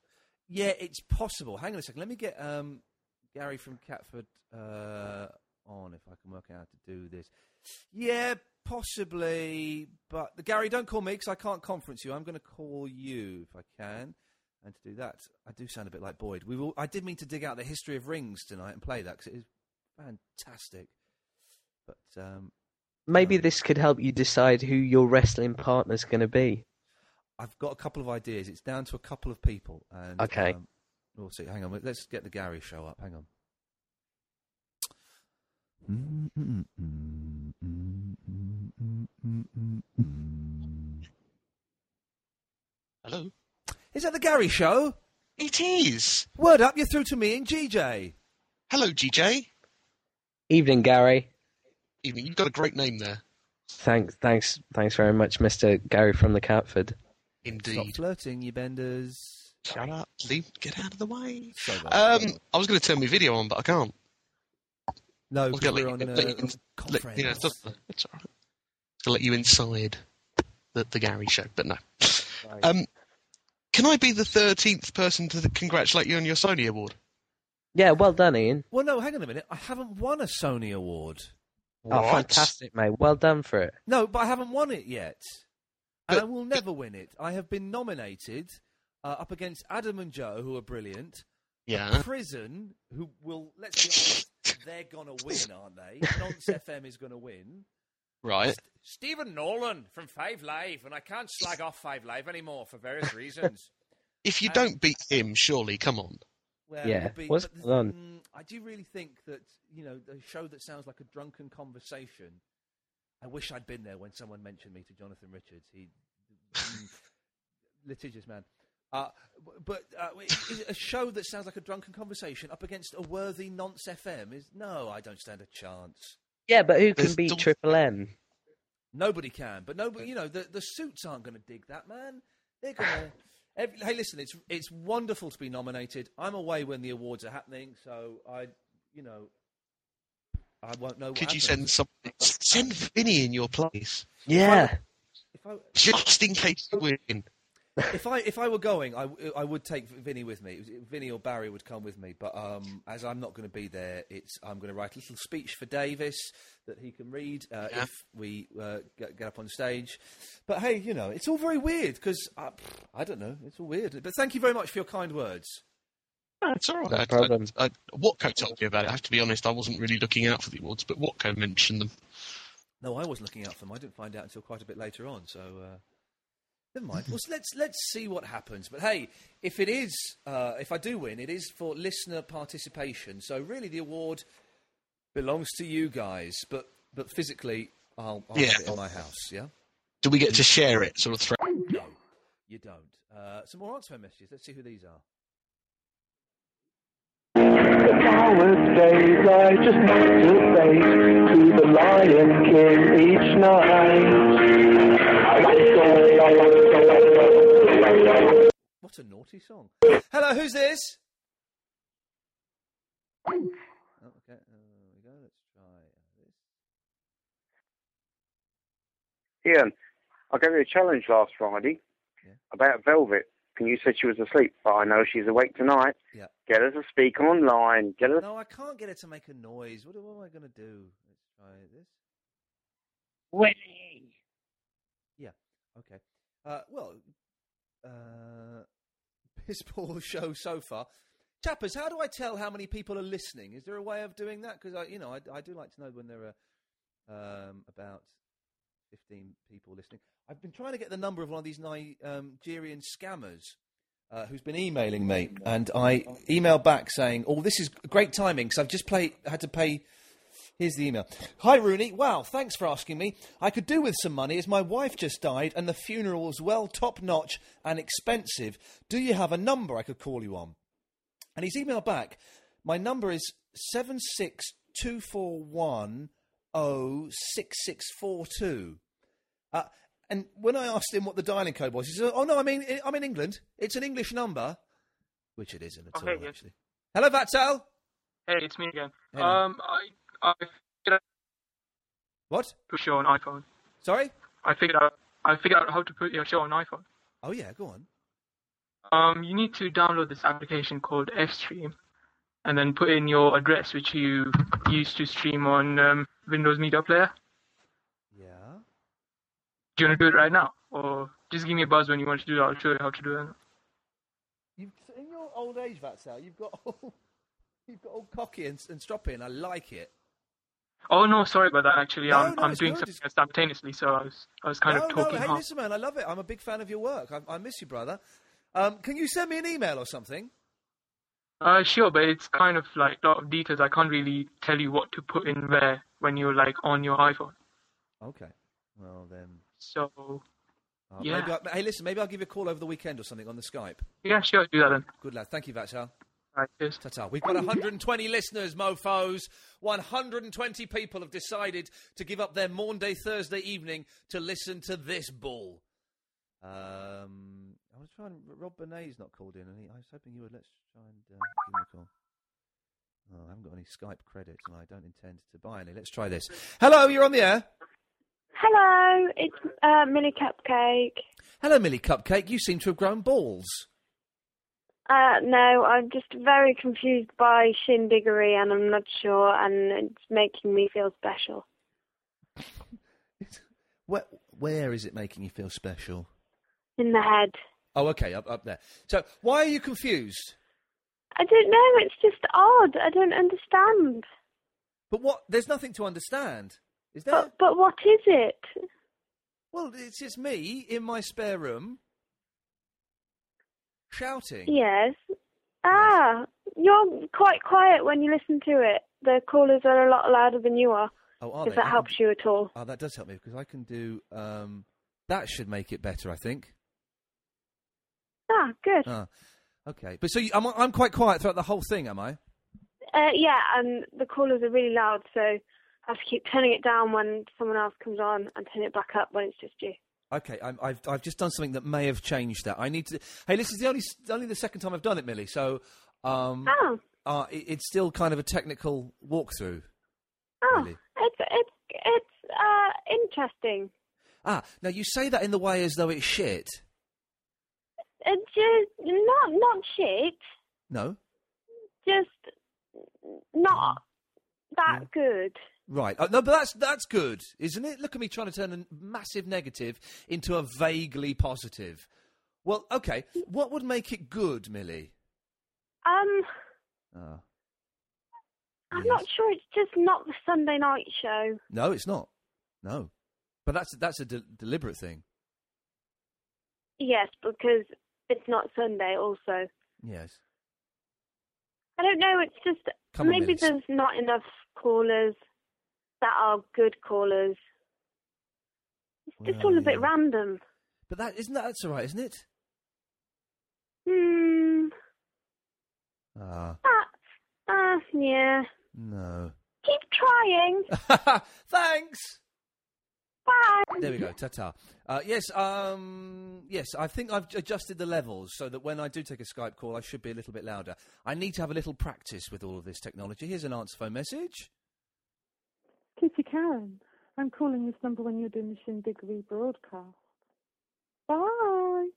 Speaker 1: Yeah, it's possible. Hang on a second. Let me get um, Gary from Catford uh, on if I can work out how to do this. Yeah, possibly. But Gary, don't call me because I can't conference you. I'm going to call you if I can. And to do that, I do sound a bit like Boyd. We will. I did mean to dig out the history of rings tonight and play that because it is fantastic. But um,
Speaker 7: Maybe this could help you decide who your wrestling partner's going to be.
Speaker 1: I've got a couple of ideas. It's down to a couple of people. And,
Speaker 7: Okay.
Speaker 1: Um, we'll see. Hang on. Let's get the Gary show up. Hang on. Mm-hmm.
Speaker 13: Hello.
Speaker 1: Is that the Gary show?
Speaker 13: It is.
Speaker 1: Word up, you're through to me and GJ.
Speaker 13: Hello, GJ.
Speaker 7: Evening, Gary.
Speaker 13: Evening. You've got a great name there.
Speaker 7: Thanks, thanks, thanks very much, Mr. Gary from the Catford.
Speaker 13: Indeed.
Speaker 1: Stop flirting, you benders.
Speaker 13: Shut up. Leave. Get out of the way.
Speaker 1: So bad.
Speaker 13: Um, I was going to turn my video on, but I can't.
Speaker 1: no,
Speaker 13: I was
Speaker 1: because
Speaker 13: going to
Speaker 1: we're
Speaker 13: let,
Speaker 1: on
Speaker 13: you-
Speaker 1: uh,
Speaker 13: let, you in- let, you know,
Speaker 1: conference.
Speaker 13: it's all right. It's all right. To let you inside the, the Gary show, but no. Um, can I be the thirteenth person to congratulate you on your Sony award?
Speaker 7: Yeah, well done, Ian.
Speaker 1: Well, no, hang on a minute. I haven't won a Sony award.
Speaker 7: Oh, fantastic, mate. Well done for it.
Speaker 1: No, but I haven't won it yet. And I will never win it. I have been nominated uh, up against Adam and Joe, who are brilliant.
Speaker 13: Yeah.
Speaker 1: Prison, who will, let's be honest, they're going to win, aren't they?
Speaker 13: [laughs]
Speaker 1: Nonce FM is going to win.
Speaker 13: Right.
Speaker 1: Stephen Nolan from Five Live, and I can't slag off Five Live anymore for various reasons.
Speaker 13: If you don't beat him, surely, come on.
Speaker 1: Uh, Well, it
Speaker 13: Yeah,
Speaker 1: would be-
Speaker 13: what's
Speaker 1: but the-
Speaker 13: going on?
Speaker 1: mm, I do really think that you know the show that sounds like a drunken conversation. I wish I'd been there when someone mentioned me to Jonathan Richards.
Speaker 13: [laughs]
Speaker 1: He mm, litigious man. Uh, b- but uh, is it a show that sounds like a drunken conversation up against a worthy nonce FM is no, I don't stand a chance.
Speaker 7: Yeah, but who can beat Triple M?
Speaker 1: Nobody can, but nobody, you know, the, the suits aren't going to dig that, man. They're going to. [sighs] Every, hey, listen, it's it's wonderful to be nominated. I'm away when the awards are happening, so I, you know, Oh, I won't know. What
Speaker 13: Could you send
Speaker 1: happens.
Speaker 13: some? Send Vinny in your place.
Speaker 7: Yeah.
Speaker 1: If I,
Speaker 13: Just in case you win.
Speaker 1: if I if I were going, I, w- I would take Vinny with me. It was- Vinny or Barry would come with me, but um, as I'm not going to be there, it's I'm going to write a little speech for Davis that he can read uh, if we uh, get, get up on stage. But hey, you know, it's all very weird because I, I don't know, it's all weird. But thank you very much for your kind words.
Speaker 13: That's all right. I, I, I, Watco told me about it. I have to be honest, I wasn't really looking out for the awards, but Watco mentioned them.
Speaker 1: No, I wasn't looking out for them. I didn't find out until quite a bit later on. So uh, never mind. well, so let's let's see what happens. But hey, if it is, uh, if I do win, it is for listener participation. So really, the award belongs to you guys. But but physically, I'll, I'll
Speaker 13: Yeah.
Speaker 1: have it in my house. Yeah.
Speaker 13: Do we get to share it? Sort of threat.
Speaker 1: No, you don't. Uh, some more answer phone messages. Let's see who these are.
Speaker 2: Nowadays, I just masturbate to the Lion King each night.
Speaker 1: What a naughty song. Hello, who's this? Oh, okay, uh, there we go. Let's try uh, this.
Speaker 14: Ian, I gave you a challenge last Friday about Velvet, and you said she was asleep, but I know she's awake tonight.
Speaker 1: Yeah.
Speaker 14: Get her to speak online. Get her.
Speaker 1: No, I can't get it to make a noise. What, what am I going to do? Let's try this. Yeah. Okay. Uh, well, uh, [laughs] piss poor show so far. Chappers, how do I tell how many people are listening? Is there a way of doing that? Because I, you know, I, I do like to know when there are um, about 15 people listening. I've been trying to get the number of one of these Ni- um, Nigerian scammers uh, who's been emailing me, and I emailed back saying, "Oh, this is great timing because I've just played, had to pay." Here's the email. Hi Rooney, wow, thanks for asking me. I could do with some money as my wife just died and the funeral was well top notch and expensive. Do you have a number I could call you on? And he's emailed back. My number is seven six two four one oh six six four two. Uh, and when I asked him what the dialing code was, he said, "Oh no, I mean I'm in England. It's an English number, which it isn't at
Speaker 8: Oh,
Speaker 1: all,
Speaker 8: hey, yeah.
Speaker 1: actually." Hello, Vatel.
Speaker 8: Hey, it's me again.
Speaker 1: Hello.
Speaker 8: Um, I I figured out
Speaker 1: what
Speaker 8: to show on iPhone.
Speaker 1: Sorry.
Speaker 8: I figured out I figured out how to put your show on iPhone.
Speaker 1: Oh yeah, go on.
Speaker 8: Um, you need to download this application called FStream, and then put in your address which you used to stream on um, Windows Media Player.
Speaker 1: Yeah.
Speaker 8: Do you want to do it right now, or just give me a buzz when you want to do it? I'll show you how to do it.
Speaker 1: You've, in your old age, Vatel, you've got all, [laughs] you've got all cocky and, and stroppy, and I like it.
Speaker 8: Oh no, sorry about that. Actually,
Speaker 1: No,
Speaker 8: I'm
Speaker 1: no,
Speaker 8: I'm
Speaker 1: it's
Speaker 8: doing
Speaker 1: good,
Speaker 8: something simultaneously, so I was I was kind
Speaker 1: no,
Speaker 8: of talking
Speaker 1: no, hey,
Speaker 8: half.
Speaker 1: listen, man, I love it. I'm a big fan of your work. I, I miss you, brother. Um, can you send me an email or something?
Speaker 8: Uh, sure, but it's kind of like a lot of details. I can't really tell you what to put in where when you're like on your iPhone.
Speaker 1: Okay. Well then.
Speaker 8: So.
Speaker 1: uh,
Speaker 8: yeah.
Speaker 1: Maybe I, hey, listen, maybe I'll give you a call over the weekend or something on the Skype.
Speaker 8: Yeah, sure, do that then.
Speaker 1: Good lad. Thank you, Vatel.
Speaker 8: Right, cheers.
Speaker 1: Ta-ta. We've got 120 listeners, mofos. 120 people have decided to give up their Monday, Thursday evening to listen to this bull. Um, I was trying. Rob Benet's not called in, and he, I was hoping you would. Let's try and uh, give him a call. Oh, I haven't got any Skype credits, and I don't intend to buy any. Let's try this. Hello, you're on the air.
Speaker 15: Hello, it's uh, Millie Cupcake.
Speaker 1: Hello, Millie Cupcake. You seem to have grown balls.
Speaker 15: Uh, no, I'm just very confused by shindiggery and I'm not sure and it's making me feel special.
Speaker 1: Where, where is it making you feel special?
Speaker 15: In the head.
Speaker 1: Oh, okay, up up there. So, why are you confused?
Speaker 15: I don't know, it's just odd. I don't understand.
Speaker 1: But what? There's nothing to understand, is there?
Speaker 15: But, but what is it?
Speaker 1: Well, it's just me in my spare room shouting.
Speaker 15: Yes. Ah, you're quite quiet when you listen to it. The callers are a lot louder than you are.
Speaker 1: Oh, are
Speaker 15: if
Speaker 1: they?
Speaker 15: that
Speaker 1: I
Speaker 15: helps you at all.
Speaker 1: Oh, that does help me because I can do. Um, that should make it better, I think.
Speaker 15: Ah, good.
Speaker 1: Ah, okay. But so you, I'm, I'm quite quiet throughout the whole thing, am I?
Speaker 15: Uh, yeah, and the callers are really loud, so I have to keep turning it down when someone else comes on and turn it back up when it's just you.
Speaker 1: Okay, I'm, I've I've just done something that may have changed that. I need to. Hey, this is the only only the second time I've done it, Millie. So, um,
Speaker 15: Oh.
Speaker 1: uh, it, it's still kind of a technical walkthrough.
Speaker 15: Oh,
Speaker 1: Really?
Speaker 15: it's it's it's uh interesting.
Speaker 1: Ah, now you say that in the way as though it's shit.
Speaker 15: It's just not not shit,
Speaker 1: No,
Speaker 15: just not that good.
Speaker 1: right? Uh, no, but that's that's good, isn't it? Look at me trying to turn a massive negative into a vaguely positive. Well, okay. What would make it good, Millie?
Speaker 15: Um,
Speaker 1: Ah,
Speaker 15: I'm not sure. It's just not the Sunday night show.
Speaker 1: no, it's not. No, but that's that's a de- deliberate thing.
Speaker 15: Yes, because it's not Sunday. Also,
Speaker 1: Yes.
Speaker 15: I don't know. It's just
Speaker 1: Come on,
Speaker 15: maybe
Speaker 1: Millie,
Speaker 15: there's not enough callers that are good callers. It's just
Speaker 1: Well,
Speaker 15: all a bit random.
Speaker 1: But that isn't that that's all right, isn't it?
Speaker 15: Hmm.
Speaker 1: Ah,
Speaker 15: Ah, yeah.
Speaker 1: no.
Speaker 15: Keep trying.
Speaker 1: [laughs] Thanks.
Speaker 15: Bye.
Speaker 1: There we go. Ta ta. Uh, yes. Um. Yes. I think I've adjusted the levels so that when I do take a Skype call, I should be a little bit louder. I need to have a little practice with all of this technology. Here's an answer phone message.
Speaker 16: Kitty Karen, I'm calling this number when you're doing the Shindiggery broadcast. Bye.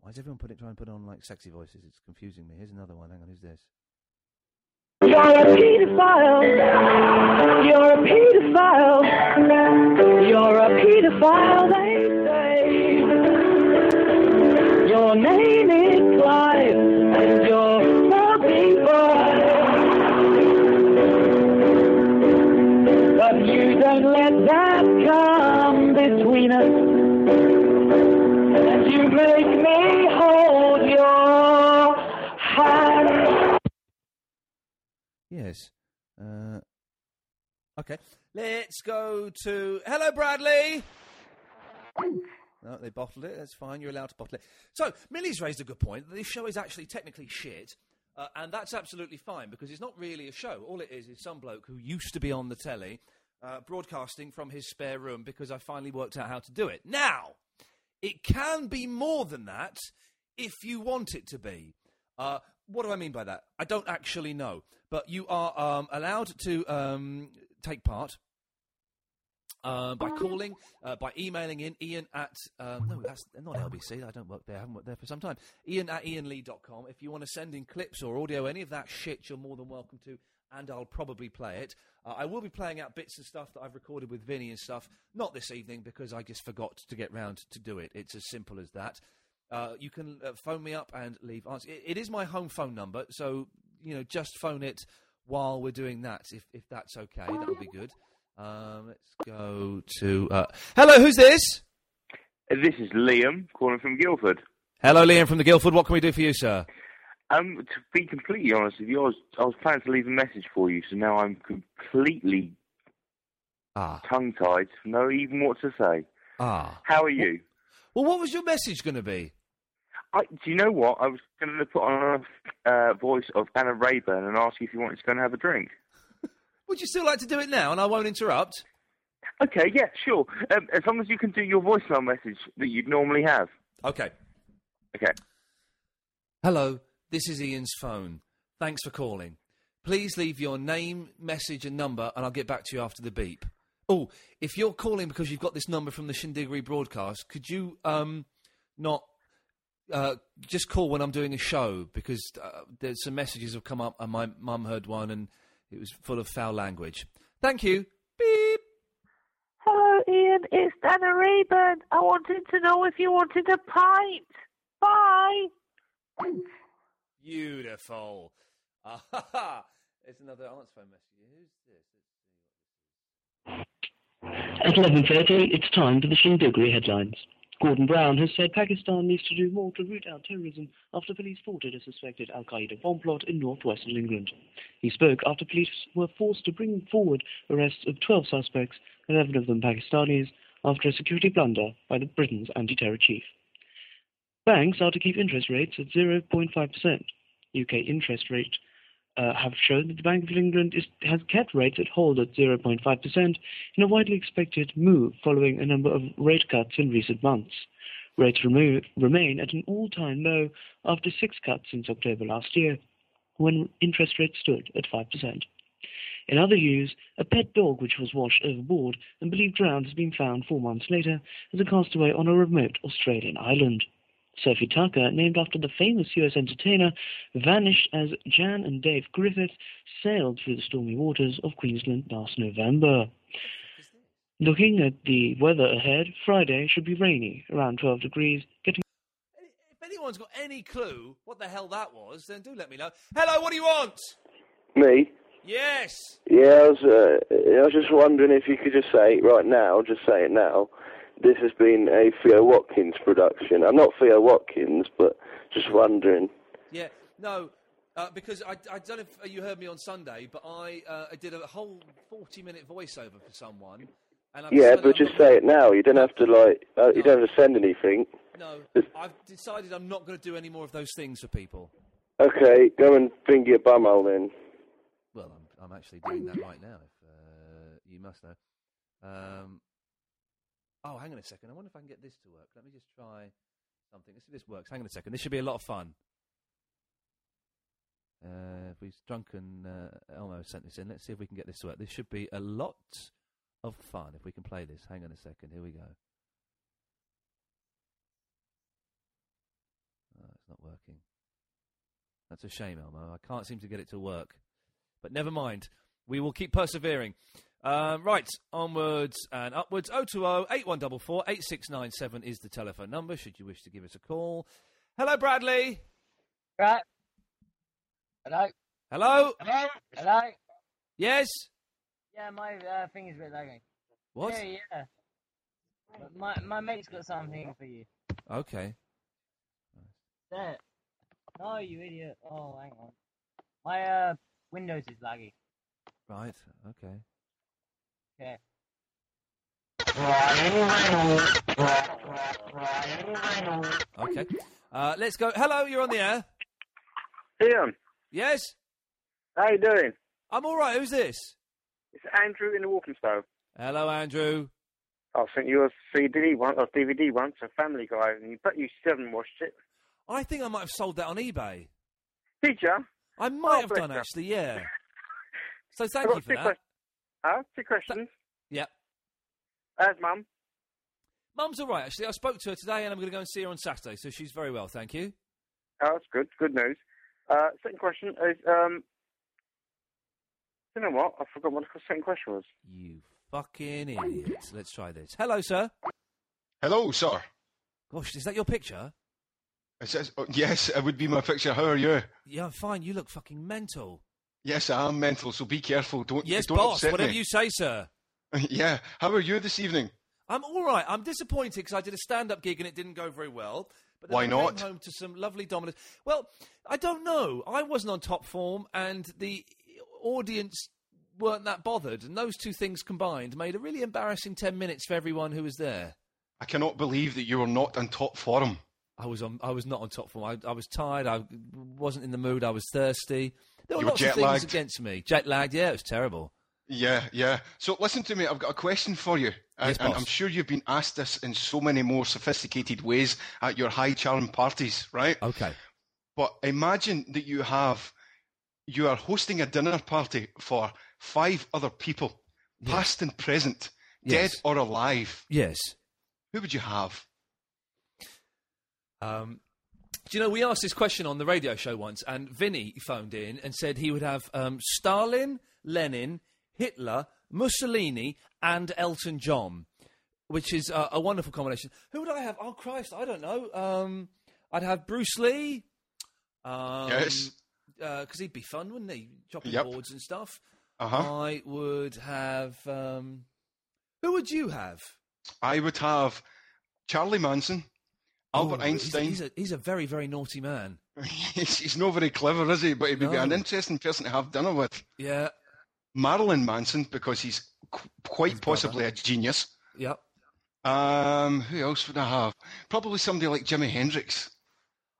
Speaker 1: Why is everyone putting trying to put on like sexy voices? It's confusing me. Here's another one. Hang on. Who's this?
Speaker 2: You're a pedophile. You're a pedophile. You're a pedophile, they say. Your name is Clive. and You're fucking boy. But you don't let that come
Speaker 15: between us. And you make me hold your hand.
Speaker 1: Yes. Uh, okay. Let's go [laughs] to. Hello, Bradley! No, they bottled it. That's fine. You're allowed to bottle it. So, Millie's raised a good point. This show is actually technically shit. Uh, and that's absolutely fine because it's not really a show. All it is is some bloke who used to be on the telly uh, broadcasting from his spare room because I finally worked out how to do it. Now, it can be more than that if you want it to be. Uh, what do I mean by that? I don't actually know. But you are um, allowed to um, take part uh, by calling, uh, by emailing in, ian at, uh, no, that's not LBC, I don't work there, I haven't worked there for some time, ian at ianlee.com. If you want to send in clips or audio, any of that shit, you're more than welcome to, and I'll probably play it. Uh, I will be playing out bits and stuff that I've recorded with Vinny and stuff, not this evening because I just forgot to get round to do it. It's as simple as that. Uh, you can uh, phone me up and leave answers. It, it is my home phone number, so you know, just phone it while we're doing that, if if that's okay. That would be good. Um, let's go to uh, hello. Who's this?
Speaker 7: Uh, This is Liam calling from Guildford.
Speaker 1: Hello, Liam from the Guildford. What can we do for you, sir?
Speaker 7: Um, to be completely honest with you, I was, I was planning to leave a message for you, so now I'm completely
Speaker 1: ah.
Speaker 7: tongue-tied, no even what to say.
Speaker 1: Ah.
Speaker 7: How are you?
Speaker 1: Well, what was your message going to be?
Speaker 7: I, do you know what? I was going to put on a uh, voice of Anna Rayburn and ask you if you wanted to go and have a drink.
Speaker 1: Would you still like to do it now, and I won't interrupt?
Speaker 7: Okay, yeah, sure. Um, as long as you can do your voicemail message that you'd normally have.
Speaker 1: Okay.
Speaker 7: Okay.
Speaker 1: Hello, this is Ian's phone. Thanks for calling. Please leave your name, message, and number, and I'll get back to you after the beep. Oh, if you're calling because you've got this number from the Shindiggery broadcast, could you um, not uh, just call when I'm doing a show? Because uh, there's some messages have come up, and my mum heard one, and it was full of foul language. Thank you.
Speaker 15: Hello, Ian. It's Dana Rayburn. I wanted to know if you wanted a pint. Bye.
Speaker 1: Beautiful. Ah, [laughs] ha, ha. There's another answer phone message. Who's this?
Speaker 17: At 11.30, it's time for the Shindigri headlines. Gordon Brown has said Pakistan needs to do more to root out terrorism after police thwarted a suspected al-Qaeda bomb plot in northwestern England. He spoke after police were forced to bring forward arrests of 12 suspects, 11 of them Pakistanis, after a security blunder by the Britain's anti-terror chief. Banks are to keep interest rates at 0.5%. UK interest rate uh, have shown that the Bank of England is, has kept rates at hold at 0.5% in a widely expected move following a number of rate cuts in recent months. Rates remo- remain at an all-time low after six cuts since October last year, when interest rates stood at 5%. In other news, a pet dog which was washed overboard and believed drowned has been found four months later as a castaway on a remote Australian island. Sophie Tucker, named after the famous US entertainer, vanished as Jan and Dave Griffith sailed through the stormy waters of Queensland last November. Looking at the weather ahead, Friday should be rainy, around 12 degrees, getting
Speaker 1: If anyone's got any clue what the hell that was, then do let me know. Hello, what do you want?
Speaker 10: Me?
Speaker 1: Yes.
Speaker 10: Yeah, I was, uh, I was just wondering if you could just say right now, just say it now. This has been a Theo Watkins production. I'm not Theo Watkins, but just wondering.
Speaker 1: Yeah, no, uh, because I, I don't know if uh, you heard me on Sunday, but I, uh, I did a whole 40 minute voiceover for someone. And I've
Speaker 10: Yeah,
Speaker 1: decided
Speaker 10: but
Speaker 1: I'm
Speaker 10: just say it now. You don't have to like. Uh, you don't have to send anything.
Speaker 1: not- no, I've decided I'm not going to do any more of those things for people.
Speaker 10: Okay, go and bring your bumhole then.
Speaker 1: Well, I'm, I'm actually doing that right now, if uh, you must know. Um, oh, hang on a second. I wonder if I can get this to work. Let me just try something. Let's see if this works. Hang on a second. This should be a lot of fun. Uh, if he's drunken, uh, Elmo sent this in. Let's see if we can get this to work. This should be a lot of fun if we can play this. Hang on a second. Here we go. Oh, it's not working. That's a shame, Elmo. I can't seem to get it to work. But never mind. We will keep persevering. Um, right, onwards and upwards. 020 8144 8697 is the telephone number, should you wish to give us a call. Hello, Bradley.
Speaker 5: Right. Hello.
Speaker 1: Hello.
Speaker 5: Hello. Hello.
Speaker 1: Yes.
Speaker 5: Yeah, my uh, thing is a bit lagging.
Speaker 1: What?
Speaker 5: Yeah, yeah. My my mate's got something for you.
Speaker 1: Okay.
Speaker 5: There. No, you idiot. Oh, hang on. My uh, Windows is laggy.
Speaker 1: Right. Okay.
Speaker 5: Okay.
Speaker 2: [laughs]
Speaker 1: Okay. Uh, let's go. Hello, you're on the air.
Speaker 14: Ian.
Speaker 1: Yes.
Speaker 14: How you doing?
Speaker 1: I'm all right. Who's this?
Speaker 14: It's Andrew in the Walthamstow.
Speaker 1: Hello, Andrew.
Speaker 14: I sent you a CD once, or DVD once, a Family Guy, and you bet you still haven't watched it.
Speaker 1: I think I might have sold that on eBay.
Speaker 14: Did ya? Oh,
Speaker 1: I might have done actually.
Speaker 14: [laughs]
Speaker 1: Yeah. So thank
Speaker 14: I've got
Speaker 1: you for
Speaker 14: two
Speaker 1: that.
Speaker 14: questions. Huh? Two questions.
Speaker 1: Yep.
Speaker 14: How's mum?
Speaker 1: Mum's all right actually. I spoke to her today, and I'm going to go and see her on Saturday. So she's very well, thank you.
Speaker 14: Oh, that's good. Good news. Uh, second question is, um, you know what? I forgot what the second question was.
Speaker 1: You fucking idiots. Let's try this. Hello, sir.
Speaker 18: Hello, sir.
Speaker 1: Gosh, is that your picture?
Speaker 18: It says, oh, yes, it would be my picture. How are you?
Speaker 1: Yeah, I'm fine. You look fucking mental.
Speaker 18: Yes, I am mental, so be careful. Don't
Speaker 1: Yes,
Speaker 18: don't
Speaker 1: boss.
Speaker 18: upset [laughs]
Speaker 1: Whatever
Speaker 18: me.
Speaker 1: you say, sir.
Speaker 18: yeah. How are you this evening?
Speaker 1: I'm all right. I'm disappointed because I did a stand-up gig and it didn't go very well. But then
Speaker 18: Why
Speaker 1: I
Speaker 18: not?
Speaker 1: Came home to some lovely dominoes. Well, I don't know. I wasn't on top form, and the audience weren't that bothered. And those two things combined made a really embarrassing ten minutes for everyone who was there.
Speaker 18: I cannot believe that you were not on top form.
Speaker 1: I was on. I was not on top form. I, I was tired. I wasn't in the mood. I was thirsty. There were
Speaker 18: You were
Speaker 1: lots of things
Speaker 18: jet-lagged.
Speaker 1: against me. Jet lagged. Yeah, it was terrible.
Speaker 18: Yeah, yeah. So listen to me. I've got a question for you,
Speaker 1: Yes,
Speaker 18: and
Speaker 1: boss.
Speaker 18: I'm sure you've been asked this in so many more sophisticated ways at your high charm parties, right?
Speaker 1: Okay.
Speaker 18: But imagine that you have you are hosting a dinner party for five other people, past and present, dead or alive.
Speaker 1: Yes.
Speaker 18: Who would you have?
Speaker 1: Um, do you know we asked this question on the radio show once, and Vinny phoned in and said he would have um, Stalin, Lenin, Hitler, Mussolini, and Elton John, which is uh, a wonderful combination. Who would I have? Oh Christ, I don't know. Um, I'd have Bruce Lee. Um,
Speaker 18: Yes.
Speaker 1: Because he'd be fun, wouldn't he? Chopping
Speaker 18: Yep.
Speaker 1: boards and stuff.
Speaker 18: Uh-huh.
Speaker 1: I would have. Um, who would you have?
Speaker 18: I would have Charlie Manson, Albert
Speaker 1: Oh, he's a-
Speaker 18: Einstein.
Speaker 1: He's a, he's a very, very naughty man.
Speaker 18: [laughs] He's, he's not very clever, is he? But he'd be
Speaker 1: No.
Speaker 18: an interesting person to have dinner with.
Speaker 1: Yeah.
Speaker 18: Marilyn Manson, because he's qu- quite possibly a genius.
Speaker 1: Yep.
Speaker 18: Um, who else would I have? Probably somebody like Jimi Hendrix.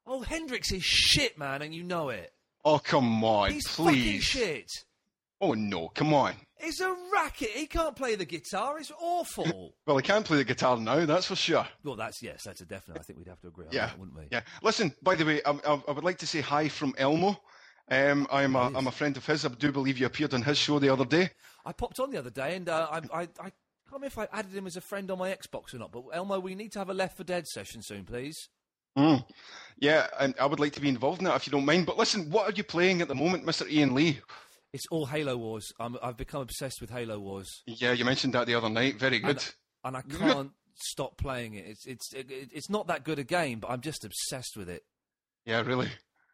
Speaker 1: Oh, Hendrix is shit, man, and you know it.
Speaker 18: Oh, come on,
Speaker 1: Fucking
Speaker 18: please.
Speaker 1: shit.
Speaker 18: Oh, no, come on.
Speaker 1: It's a racket. He can't play the guitar. It's awful. [laughs]
Speaker 18: [laughs] Well, he can play the guitar now, that's for sure.
Speaker 1: well, that's yes, that's a definite. I think we'd have to agree on
Speaker 18: Yeah.
Speaker 1: that, wouldn't we?
Speaker 18: Yeah. Listen, by the way, I, I, I would like to say hi from Elmo. Um, I'm, a, I'm a friend of his. I do believe you appeared on his show the other day.
Speaker 1: I popped on the other day, and uh, I, I, I can't remember if I added him as a friend on my Xbox or not. But Elmo, we need to have a Left for Dead session soon, please.
Speaker 18: Mm. Yeah, and I would like to be involved in that if you don't mind. But listen, what are you playing at the moment, Mr. Ian Lee?
Speaker 1: It's all Halo Wars. I'm, I've become obsessed with Halo Wars.
Speaker 18: Yeah, you mentioned that the other night. Very good. [laughs]
Speaker 1: and I can't stop playing it. It's it's it, it's not that good a game, but I'm just obsessed with it.
Speaker 18: Yeah, really.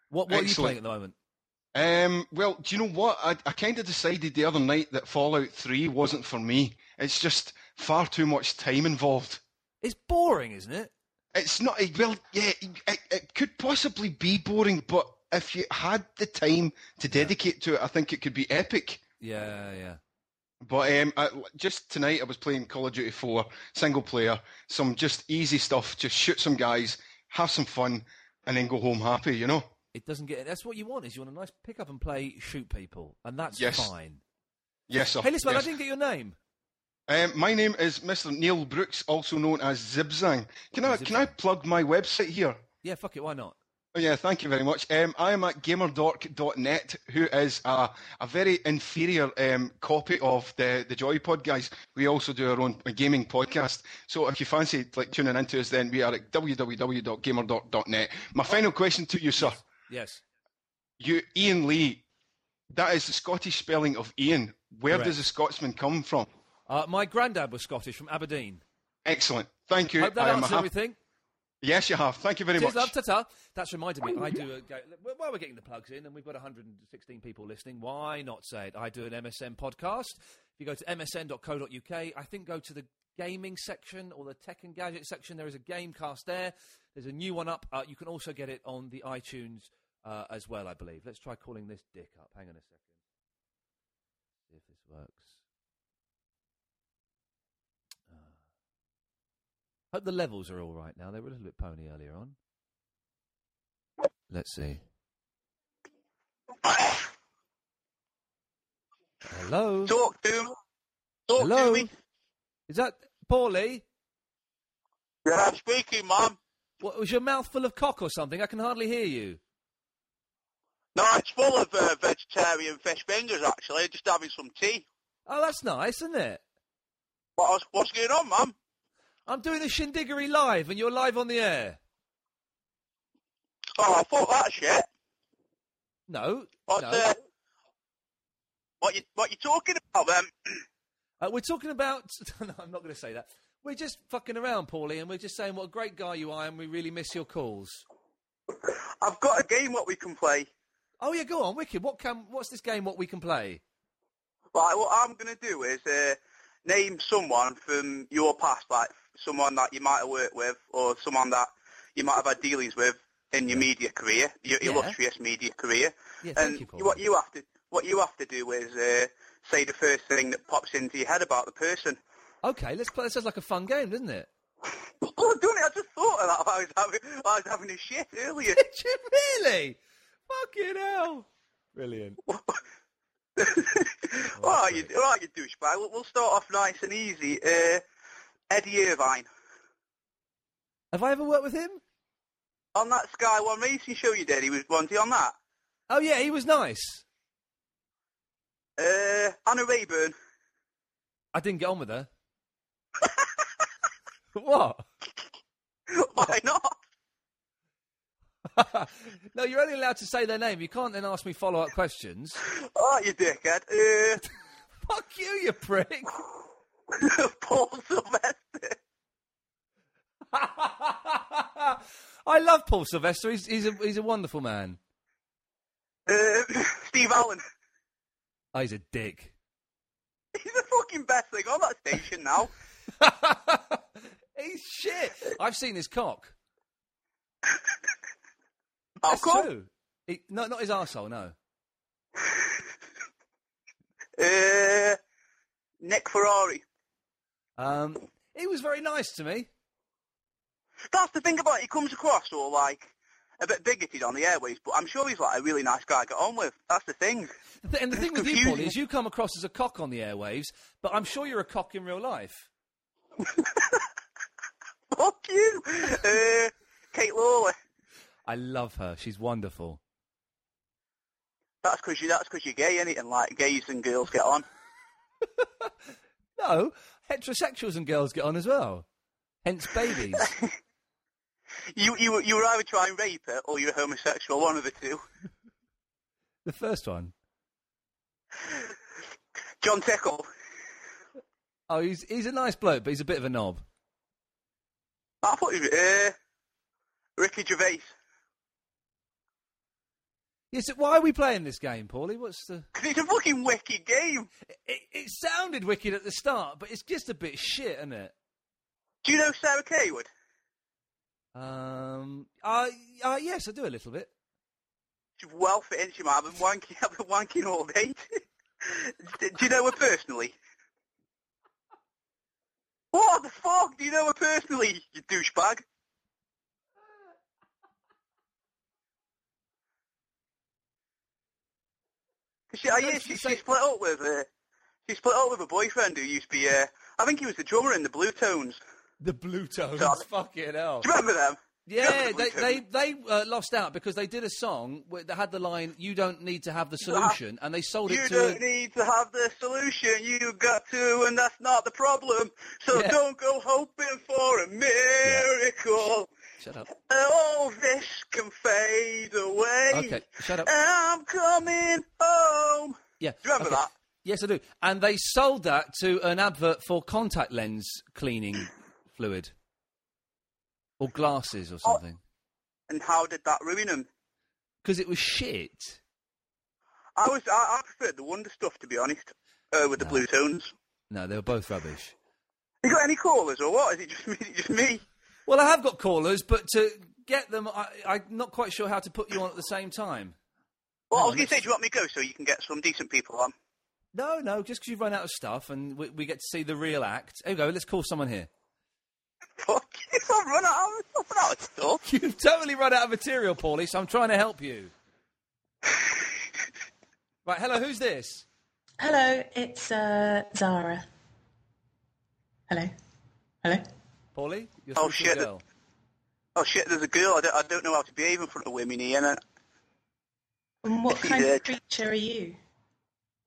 Speaker 1: What what
Speaker 18: Excellent.
Speaker 1: are you playing at the moment?
Speaker 18: Um, well, do you know what? I, I kind of decided the other night that Fallout 3 wasn't for me. It's just far too much time involved.
Speaker 1: It's boring, isn't it?
Speaker 18: It's not. it- Well, yeah, it, it could possibly be boring, but if you had the time to dedicate to it, I think it could be epic.
Speaker 1: Yeah, yeah.
Speaker 18: But um, I, just tonight, I was playing Call of Duty 4 single player. Some just easy stuff. Just shoot some guys, have some fun, and then go home happy. You know?
Speaker 1: It doesn't get. That's what you want. Is you want a nice pick up and play, shoot people, and that's
Speaker 18: Yes.
Speaker 1: fine.
Speaker 18: Yes, sir.
Speaker 1: hey, listen, man,
Speaker 18: yes.
Speaker 1: I didn't get your name.
Speaker 18: Um, my name is Mr. Neil Brooks, also known as Zibzang. Can I can I plug my website here?
Speaker 1: Yeah, fuck it. Why not?
Speaker 18: Oh, yeah, thank you very much. Um, I am at gamerdork.net, who is a, a very inferior um, copy of the, the Joypod guys. We also do our own gaming podcast. So if you fancy like tuning into us, then we are at www.gamerdork.net. My final question to you, sir.
Speaker 1: Yes.
Speaker 18: You, Ian Lee, that is the Scottish spelling of Ian. Where
Speaker 1: Correct.
Speaker 18: does the Scotsman come from?
Speaker 1: Uh, my granddad was Scottish from Aberdeen.
Speaker 18: Excellent. Thank you.
Speaker 1: Hope that
Speaker 18: I am a
Speaker 1: answers
Speaker 18: hap-
Speaker 1: everything.
Speaker 18: Yes, you have. Thank you very
Speaker 1: Cheers,
Speaker 18: much.
Speaker 1: love. Ta-ta. That's reminded me. I do. A go- while we're getting the plugs in, and we've got 116 people listening. Why not say it? I do an MSN podcast. If you go to msn.co.uk, I think go to the gaming section or the tech and gadget section. There is a Gamecast there. There's a new one up. Uh, you can also get it on the iTunes uh, as well, I believe. Let's try calling this dick up. Hang on a second. See if this works. Uh, hope the levels are all right now. They were a little bit pony earlier on. Let's see. Hello. Talk to me. Talk Hello? to me. Is that Paulie? Yeah, I'm speaking, Mum. What was your mouth full of cock or something? I can hardly hear you.
Speaker 19: No, it's full of uh, vegetarian fish fingers, actually, just having some tea.
Speaker 1: Oh, that's nice, isn't it?
Speaker 19: What's, what's going on, Mum?
Speaker 1: I'm doing a shindiggery live, and you're live on the air.
Speaker 19: Oh, I thought that shit.
Speaker 1: No,
Speaker 19: What's,
Speaker 1: no.
Speaker 19: uh, what you what you talking about then?
Speaker 1: Uh, we're talking about. [laughs] no, I'm not going to say that. We're just fucking around, Paulie, and we're just saying what a great guy you are, and we really miss your calls.
Speaker 19: I've got a game what we can play.
Speaker 1: Oh yeah, go on, wicked. What can? What's this game? What we can play?
Speaker 19: Right, what I'm going to do is uh, name someone from your past, like someone that you might have worked with or someone that you might have had dealings with in your media career, your
Speaker 1: Yeah.
Speaker 19: illustrious media career.
Speaker 1: Yeah, thank
Speaker 19: and
Speaker 1: you, Paul.
Speaker 19: what you have to what you have to do is uh, say the first thing that pops into your head about the person.
Speaker 1: Okay, let's play. That sounds like a fun game, doesn't it?
Speaker 19: [laughs] Oh, don't it? I just thought of that. while I was having, while I was having a shit earlier.
Speaker 1: [laughs] Did you really? Fucking hell! Brilliant.
Speaker 19: all right, you, all right, you douchebag. We'll, we'll start off nice and easy. Uh, Eddie Irvine.
Speaker 1: Have I ever worked with him?
Speaker 19: On that Sky One racing show you did, he was one. he on that?
Speaker 1: Oh yeah, he was nice.
Speaker 19: Uh, Anna
Speaker 1: [laughs]
Speaker 19: Rayburn.
Speaker 1: I didn't get on with
Speaker 19: [laughs]
Speaker 1: her. what?
Speaker 19: Why not?
Speaker 1: [laughs] no, you're only allowed to say their name. You can't then ask me follow-up questions.
Speaker 19: All right, Oh, you dickhead. Uh,
Speaker 1: [laughs] Fuck you, you prick.
Speaker 19: Paul Sylvester.
Speaker 1: I love Paul Sylvester. He's he's a, he's a wonderful man.
Speaker 19: Uh, Steve Allen. [laughs]
Speaker 1: Oh, he's a dick.
Speaker 19: He's the fucking best thing on that station now.
Speaker 1: [laughs] He's shit. I've seen his [laughs] cock. Oh,
Speaker 19: How
Speaker 1: That's
Speaker 19: come?
Speaker 1: true. He- no, not his arsehole, no.
Speaker 19: Uh, Nick Ferrari.
Speaker 1: Um, he was very nice to me.
Speaker 19: That's the thing about it. He comes across all like a bit bigoted on the airways, but I'm sure he's like a really nice guy to get on with. That's the thing.
Speaker 1: Th- And the thing with you, Paul, is you come across as a cock on the airwaves, but I'm sure you're a cock in real life.
Speaker 19: Fuck you. Uh, Kate Lawler.
Speaker 1: I love her. She's wonderful.
Speaker 19: That's because you. That's because you're gay, innit? And like gays and girls get on.
Speaker 1: No, heterosexuals and girls get on as well. Hence [laughs] babies.
Speaker 19: You you were- you were either trying rape her or you're homosexual. One of the two.
Speaker 1: the first one.
Speaker 19: John Tickle.
Speaker 1: Oh, he's he's a nice bloke, but he's a bit of a knob.
Speaker 19: I thought he was, uh, Ricky Gervais.
Speaker 1: Yes, so why are we playing this game, Paulie?
Speaker 19: [laughs]
Speaker 1: What's the?
Speaker 19: It's a fucking wicked game.
Speaker 1: It, it, it sounded wicked at the start, but it's just a bit shit, isn't it?
Speaker 19: Do you know Sarah Kaywood?
Speaker 1: Um. Uh, uh Yes, I do a little bit.
Speaker 19: She's well fit, and she might have been wanking, [laughs] have been wanking all [laughs] day. do, do you know her personally? What the fuck? Do you know her personally, you douchebag? She, oh, yeah, she, she split up with uh, she split up with her boyfriend who used to be uh, I think he was the drummer in the Blue Tones.
Speaker 1: The Blue Tones,
Speaker 19: [laughs]
Speaker 1: fucking hell.
Speaker 19: Do you remember them?
Speaker 1: Yeah,
Speaker 19: Do you
Speaker 1: they
Speaker 19: remember the Blue
Speaker 1: they
Speaker 19: Tones?
Speaker 1: they uh, lost out because they did a song where- that had the line "You don't need to have the solution," and they sold
Speaker 19: You
Speaker 1: it
Speaker 19: don't
Speaker 1: to.
Speaker 19: need to have the solution, you got to, and that's not the problem. So
Speaker 1: Yeah.
Speaker 19: don't go hoping for a miracle.
Speaker 1: Shut up.
Speaker 19: All this can fade away.
Speaker 1: Okay, shut up.
Speaker 19: And I'm coming home.
Speaker 1: Yeah,
Speaker 19: Do you remember
Speaker 1: okay.
Speaker 19: that?
Speaker 1: Yes, I do. And they sold that to an advert for contact lens cleaning [coughs] fluid or glasses or
Speaker 19: Oh.
Speaker 1: something
Speaker 19: And how did that ruin him?
Speaker 1: because it was shit.
Speaker 19: I was I, I preferred the Wonder Stuff to be honest, uh, with the Blue Tones.
Speaker 1: No, they were both rubbish.
Speaker 19: You got any callers or what? Is it just me? Just [laughs] me?
Speaker 1: Well, I have got callers, but to get them, I, I'm not quite sure how to put you on at the same time.
Speaker 19: Well, I was going to say, do you want me to go so you can get some decent people on?
Speaker 1: No, no, just because you've run out of stuff and we, we get to see the real act. Here we go. Let's call someone here.
Speaker 19: [laughs] I've run out of, I've run out of stuff.
Speaker 1: You've totally run out of material, Paulie. So I'm trying to
Speaker 19: [laughs]
Speaker 1: help you. right. Hello. Who's this?
Speaker 20: Hello, it's uh, Zara. Hello. Hello.
Speaker 1: Paulie. You're
Speaker 19: Oh,
Speaker 1: through to a
Speaker 19: shit.
Speaker 1: Girl.
Speaker 19: Oh shit, there's a girl. I don't, I don't know how to behave in front of women here. And
Speaker 20: And what kind of creature are you?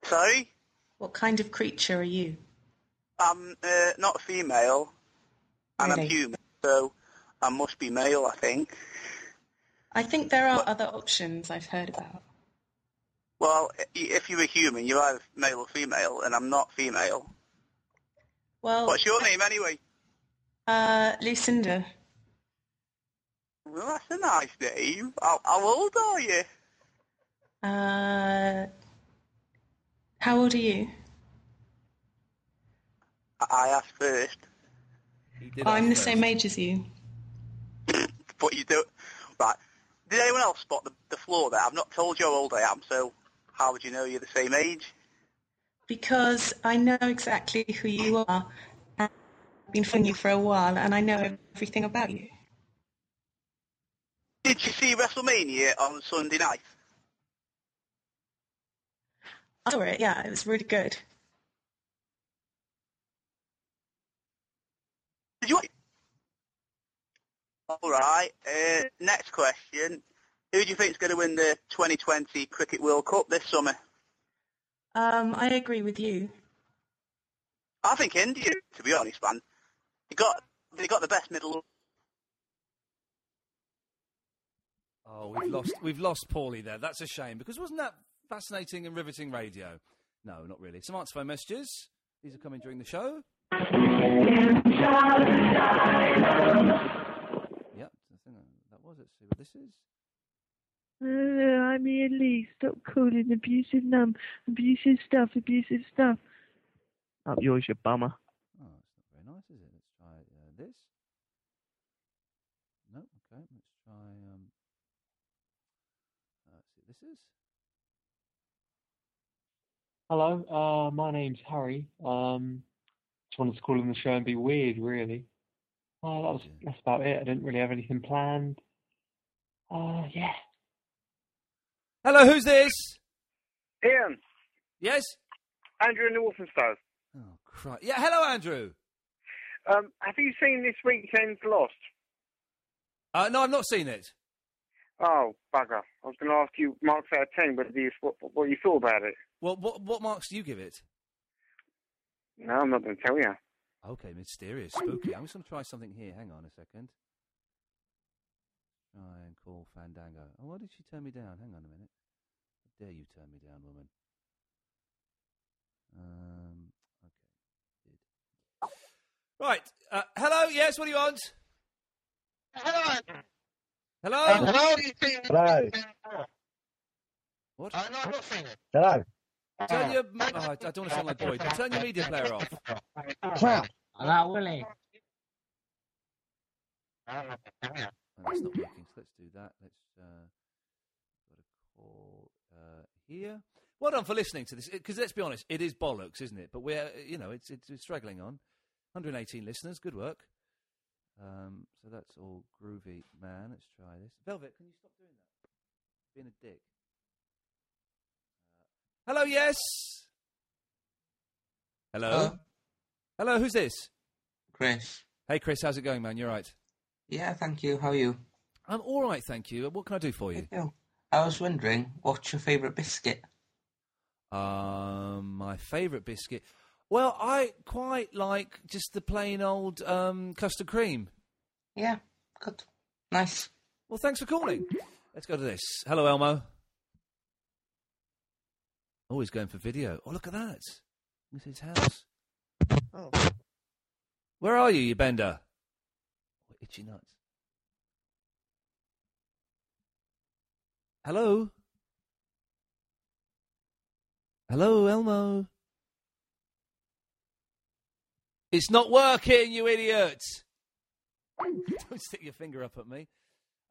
Speaker 19: Sorry?
Speaker 20: What kind of creature are you?
Speaker 19: I'm uh, not female, and I'm
Speaker 20: Really?
Speaker 19: human, so I must be male. I think.
Speaker 20: I think there are other options I've heard about.
Speaker 19: Well, i- if you were human, you're either male or female, and I'm not female.
Speaker 20: Well,
Speaker 19: What's your name anyway?
Speaker 20: uh, Lucinda,
Speaker 19: Well, that's a nice name. How, how old are you?
Speaker 20: uh, how old are you?
Speaker 19: I- I asked first,
Speaker 20: I'm the same age as you.
Speaker 19: but you don't. Right. Did anyone else spot the, the floor there? I've not told you how old I am, so how would you know you're the same age?
Speaker 20: Because I know exactly who you are. and I've been following you for a while, and I know everything about you.
Speaker 19: Did you see WrestleMania on Sunday night?
Speaker 20: I saw it, yeah, it was really good.
Speaker 19: Did you? All right. Uh, next question. Who do you think's going to win the 2020 Cricket World Cup this summer?
Speaker 20: Um, I agree with you.
Speaker 19: I think India, to be honest, man. They got they got the best middle.
Speaker 1: Oh, we've lost we've lost Paulie there. That's a shame because wasn't that fascinating and riveting radio? No, not really. Some answer phone messages. These are coming during the show. Yep, I think that- that was it. See what this is.
Speaker 15: Uh,
Speaker 16: Hello, I'm Ian Lee. Stop calling abusive num, abusive stuff, abusive stuff.
Speaker 7: Up yours, you bummer.
Speaker 1: Oh, it's not very nice, is it? Let's try uh, this. No, okay. Let's try. Um, uh, see what this is.
Speaker 21: Hello, uh, my name's Harry. Um, just wanted to call in the show and be weird, really. Uh, that was that's about it. I didn't really have anything planned. Uh, yeah.
Speaker 1: Hello, who's this?
Speaker 14: Ian.
Speaker 1: Yes.
Speaker 14: Andrew and the Wolfenstow.
Speaker 1: Cri- Yeah, hello, Andrew.
Speaker 14: Um, have you seen this weekend's Lost?
Speaker 1: Uh, no, I've not seen it.
Speaker 14: Oh bugger! I was going to ask you marks out of ten, but you, what, what you thought about it?
Speaker 1: Well, what what marks do you give it?
Speaker 14: No, I'm not going to tell you.
Speaker 1: Okay, mysterious, spooky. I'm just going to try something here. Hang on a second. Try and call Fandango. Oh, why did she turn me down? Hang on a minute. How dare you turn me down, woman? Um, okay. Right. Uh, hello. Yes. What do you want? Hello. Hello.
Speaker 2: Hello.
Speaker 1: Hello. What?
Speaker 2: Hello.
Speaker 1: Turn your. mi- Oh, I I don't want to sound like Boyd. Turn your media player off.
Speaker 2: Hello. Hello, Willie.
Speaker 1: No, that's not working. So let's do that. Let's uh, got a call uh, here. Well done for listening to this, because let's be honest, it is bollocks, isn't it? But we're, uh, you know, it's it's, it's struggling on. 118 listeners, good work. Um, so that's all groovy, man. Let's try this. Velvet, can you stop doing that? Being a dick. Hello, yes. Hello. Hello, who's this?
Speaker 22: Chris.
Speaker 1: Hey, Chris, how's it going, man? You're right.
Speaker 22: Yeah, thank you. How are you?
Speaker 1: I'm all right, thank you. What can I do for you?
Speaker 22: I was wondering, what's your favourite biscuit?
Speaker 1: Um, my favourite biscuit. Well, I quite like just the plain old um, custard cream.
Speaker 22: Yeah,
Speaker 1: good, nice. Well, thanks for calling. Let's go to this. Hello, Elmo. Oh, he's going for video. Oh, look at that. It's his house.
Speaker 2: Oh.
Speaker 1: Where are you, you bender? Oh, itchy nuts. Hello. Hello, Elmo. It's not working, you idiot! [laughs] Don't stick your finger up at me.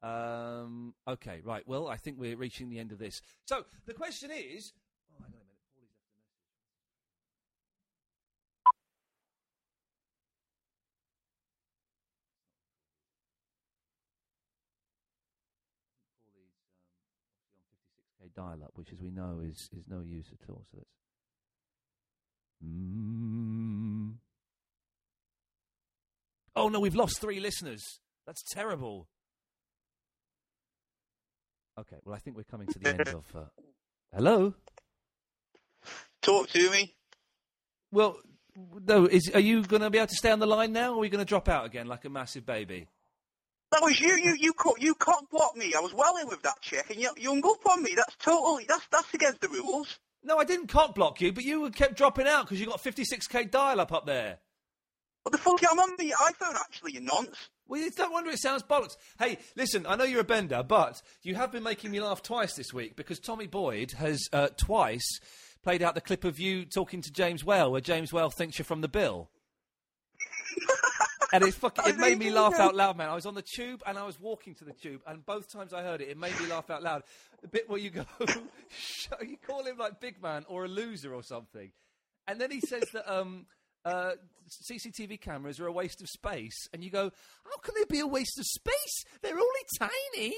Speaker 1: Um, okay, right. Well, I think we're reaching the end of this. So the question is. Oh, hang on a minute. Paulie's left a message.
Speaker 7: um,
Speaker 1: Okay, dial up, which, as we know, is, is no use at all. So that's. Mm. Oh no, we've lost three listeners. That's terrible. Okay, well, I think we're coming to the end of. Uh... Hello.
Speaker 19: Talk to me.
Speaker 1: Well, no. Is are you going to be able to stay on the line now, or are we going to drop out again like a massive baby?
Speaker 19: That was you. You you co- you can't block me. I was well in with that chick, and you you hung up on me. That's totally that's that's against the rules.
Speaker 1: No, I didn't cop block you, but you kept dropping out because you got 56k dial up up there.
Speaker 19: What the fuck? I'm on the iPhone actually, you nonce.
Speaker 1: Well, it's no wonder it sounds bollocks. Hey, listen, I know you're a bender, but you have been making me laugh twice this week because Tommy Boyd has uh, twice played out the clip of you talking to James Whale, where James Whale thinks you're from the bill. and it's fucking, it made me laugh out loud, man. I was on the tube and I was walking to the tube, and both times I heard it, it made me laugh out loud. The bit where you go, [laughs] "Shut- you call him like big man or a loser or something. And then he says that um, uh, CCTV cameras are a waste of space. And you go, how can they be a waste of space? They're only tiny.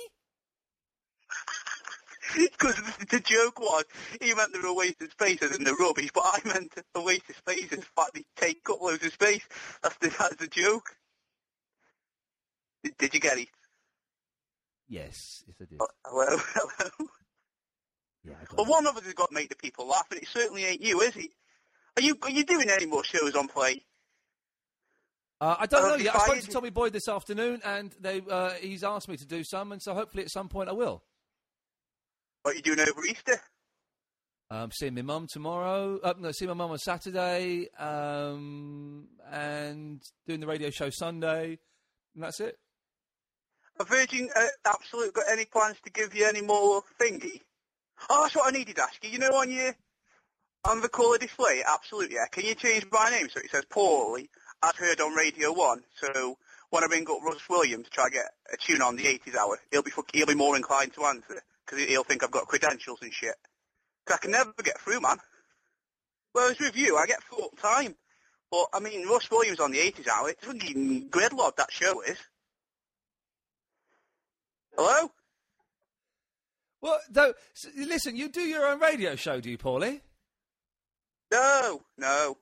Speaker 19: Because the joke was, he meant they were a waste of space as in the rubbish, but I meant a waste of space is the fact they take up loads of space. That's the, that's the joke. Did, did you get it? Oh,
Speaker 1: Yes, yes, I did.
Speaker 19: Hello, [laughs] hello. well, one of us has got to make the people laugh, and it certainly ain't you, is it? Are you are you doing any more shows on play?
Speaker 1: Uh, I don't
Speaker 19: Uh,
Speaker 1: know
Speaker 19: if
Speaker 1: yet. I
Speaker 19: I
Speaker 1: spoke to
Speaker 19: did-
Speaker 1: Tommy Boyd this afternoon, and they, uh, he's asked me to do some, and so hopefully at some point I will.
Speaker 19: What are you doing over Easter?
Speaker 1: Um, seeing my mum tomorrow. Uh, no, see my mum on Saturday, um, and doing the radio show Sunday, and that's it.
Speaker 19: Have Virgin uh, Absolute got any plans to give you any more thingy? Oh, that's what I needed to ask you. You know, on your on the colour display, Absolute, yeah. Can you change my name so it says Paulie? I've heard on Radio One. So when I ring up Russ Williams to try and get a tune on the 80s hour, he'll be fuck- he'll be more inclined to answer because he'll think I've got credentials and shit. 'Cause I can never get through, man. Whereas with you, I get through all the time. But I mean, Russ Williams on the 80s hour, it's fucking gridlock that show is. Hello?
Speaker 1: Well, though, s- listen, you do your own radio show, do you, Paulie?
Speaker 19: No, no.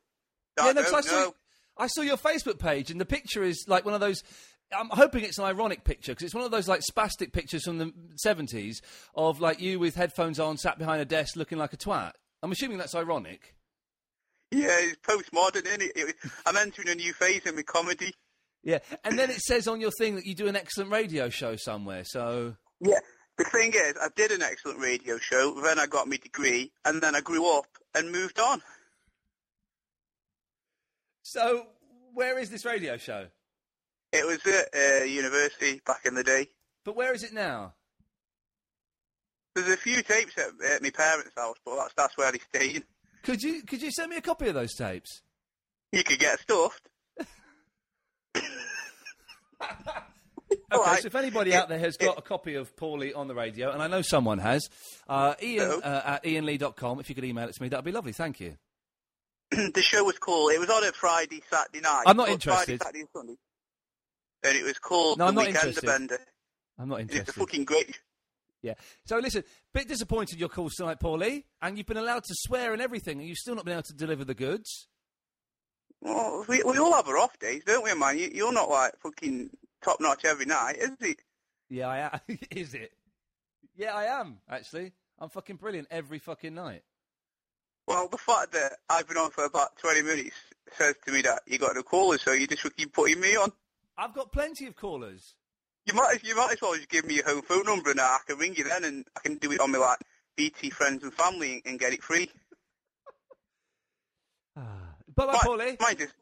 Speaker 1: yeah, no, 'cause
Speaker 19: no,
Speaker 1: I saw,
Speaker 19: no.
Speaker 1: I saw your Facebook page, and the picture is like one of those. I'm hoping it's an ironic picture because it's one of those like spastic pictures from the 70s of like you with headphones on, sat behind a desk, looking like a twat. I'm assuming that's ironic.
Speaker 19: Yeah, it's postmodern, isn't it? it? I'm entering a new phase in my comedy.
Speaker 1: Yeah, and then it says on your thing that you do an excellent radio show somewhere. So
Speaker 19: Yeah. The thing is, I did an excellent radio show, then I got my degree, and then I grew up and moved on.
Speaker 1: So, where is this radio show?
Speaker 19: It was at uh, university back in the day.
Speaker 1: But where is it now?
Speaker 19: There's a few tapes at, at my parents' house, but that's, that's where they stayed. [laughs]
Speaker 1: could you could you send me a copy of those tapes?
Speaker 19: You could get stuffed.
Speaker 1: Okay, so if anybody out there has got a copy of Paulie on the radio, and I know someone has, uh, Ian uh, at ianlee.com, if you could email it to me, that'd be lovely. Thank you.
Speaker 19: [clears throat] the show was cool. It was on a Friday, Saturday night.
Speaker 1: I'm not
Speaker 19: or
Speaker 1: interested.
Speaker 19: Friday, Saturday, and Sunday. And it was called
Speaker 1: No,
Speaker 19: The
Speaker 1: I'm not
Speaker 19: Weekend
Speaker 1: interested.
Speaker 19: Bender.
Speaker 1: I'm not
Speaker 19: It's a
Speaker 1: interested.
Speaker 19: fucking great.
Speaker 1: Yeah. So listen, bit disappointed your calls tonight, Paulie, and you've been allowed to swear and everything, and you've still not been able to deliver the goods.
Speaker 19: Well, we, we all have our off days, don't we, man? You, you're not like fucking top notch every night, is it?
Speaker 1: Yeah, I am. [laughs] is it? Yeah, I am actually. I'm fucking brilliant every fucking night.
Speaker 19: Well, the fact that I've been on for about 20 minutes says to me that you got no callers, so you just keep putting me on.
Speaker 1: I've got plenty of callers.
Speaker 19: You might, you might as well just give me your home phone number and I can ring you then and I can do it on my like BT friends and family and, and get it
Speaker 1: [sighs]
Speaker 19: free.
Speaker 1: Bye bye,
Speaker 19: Paulie. Mine just,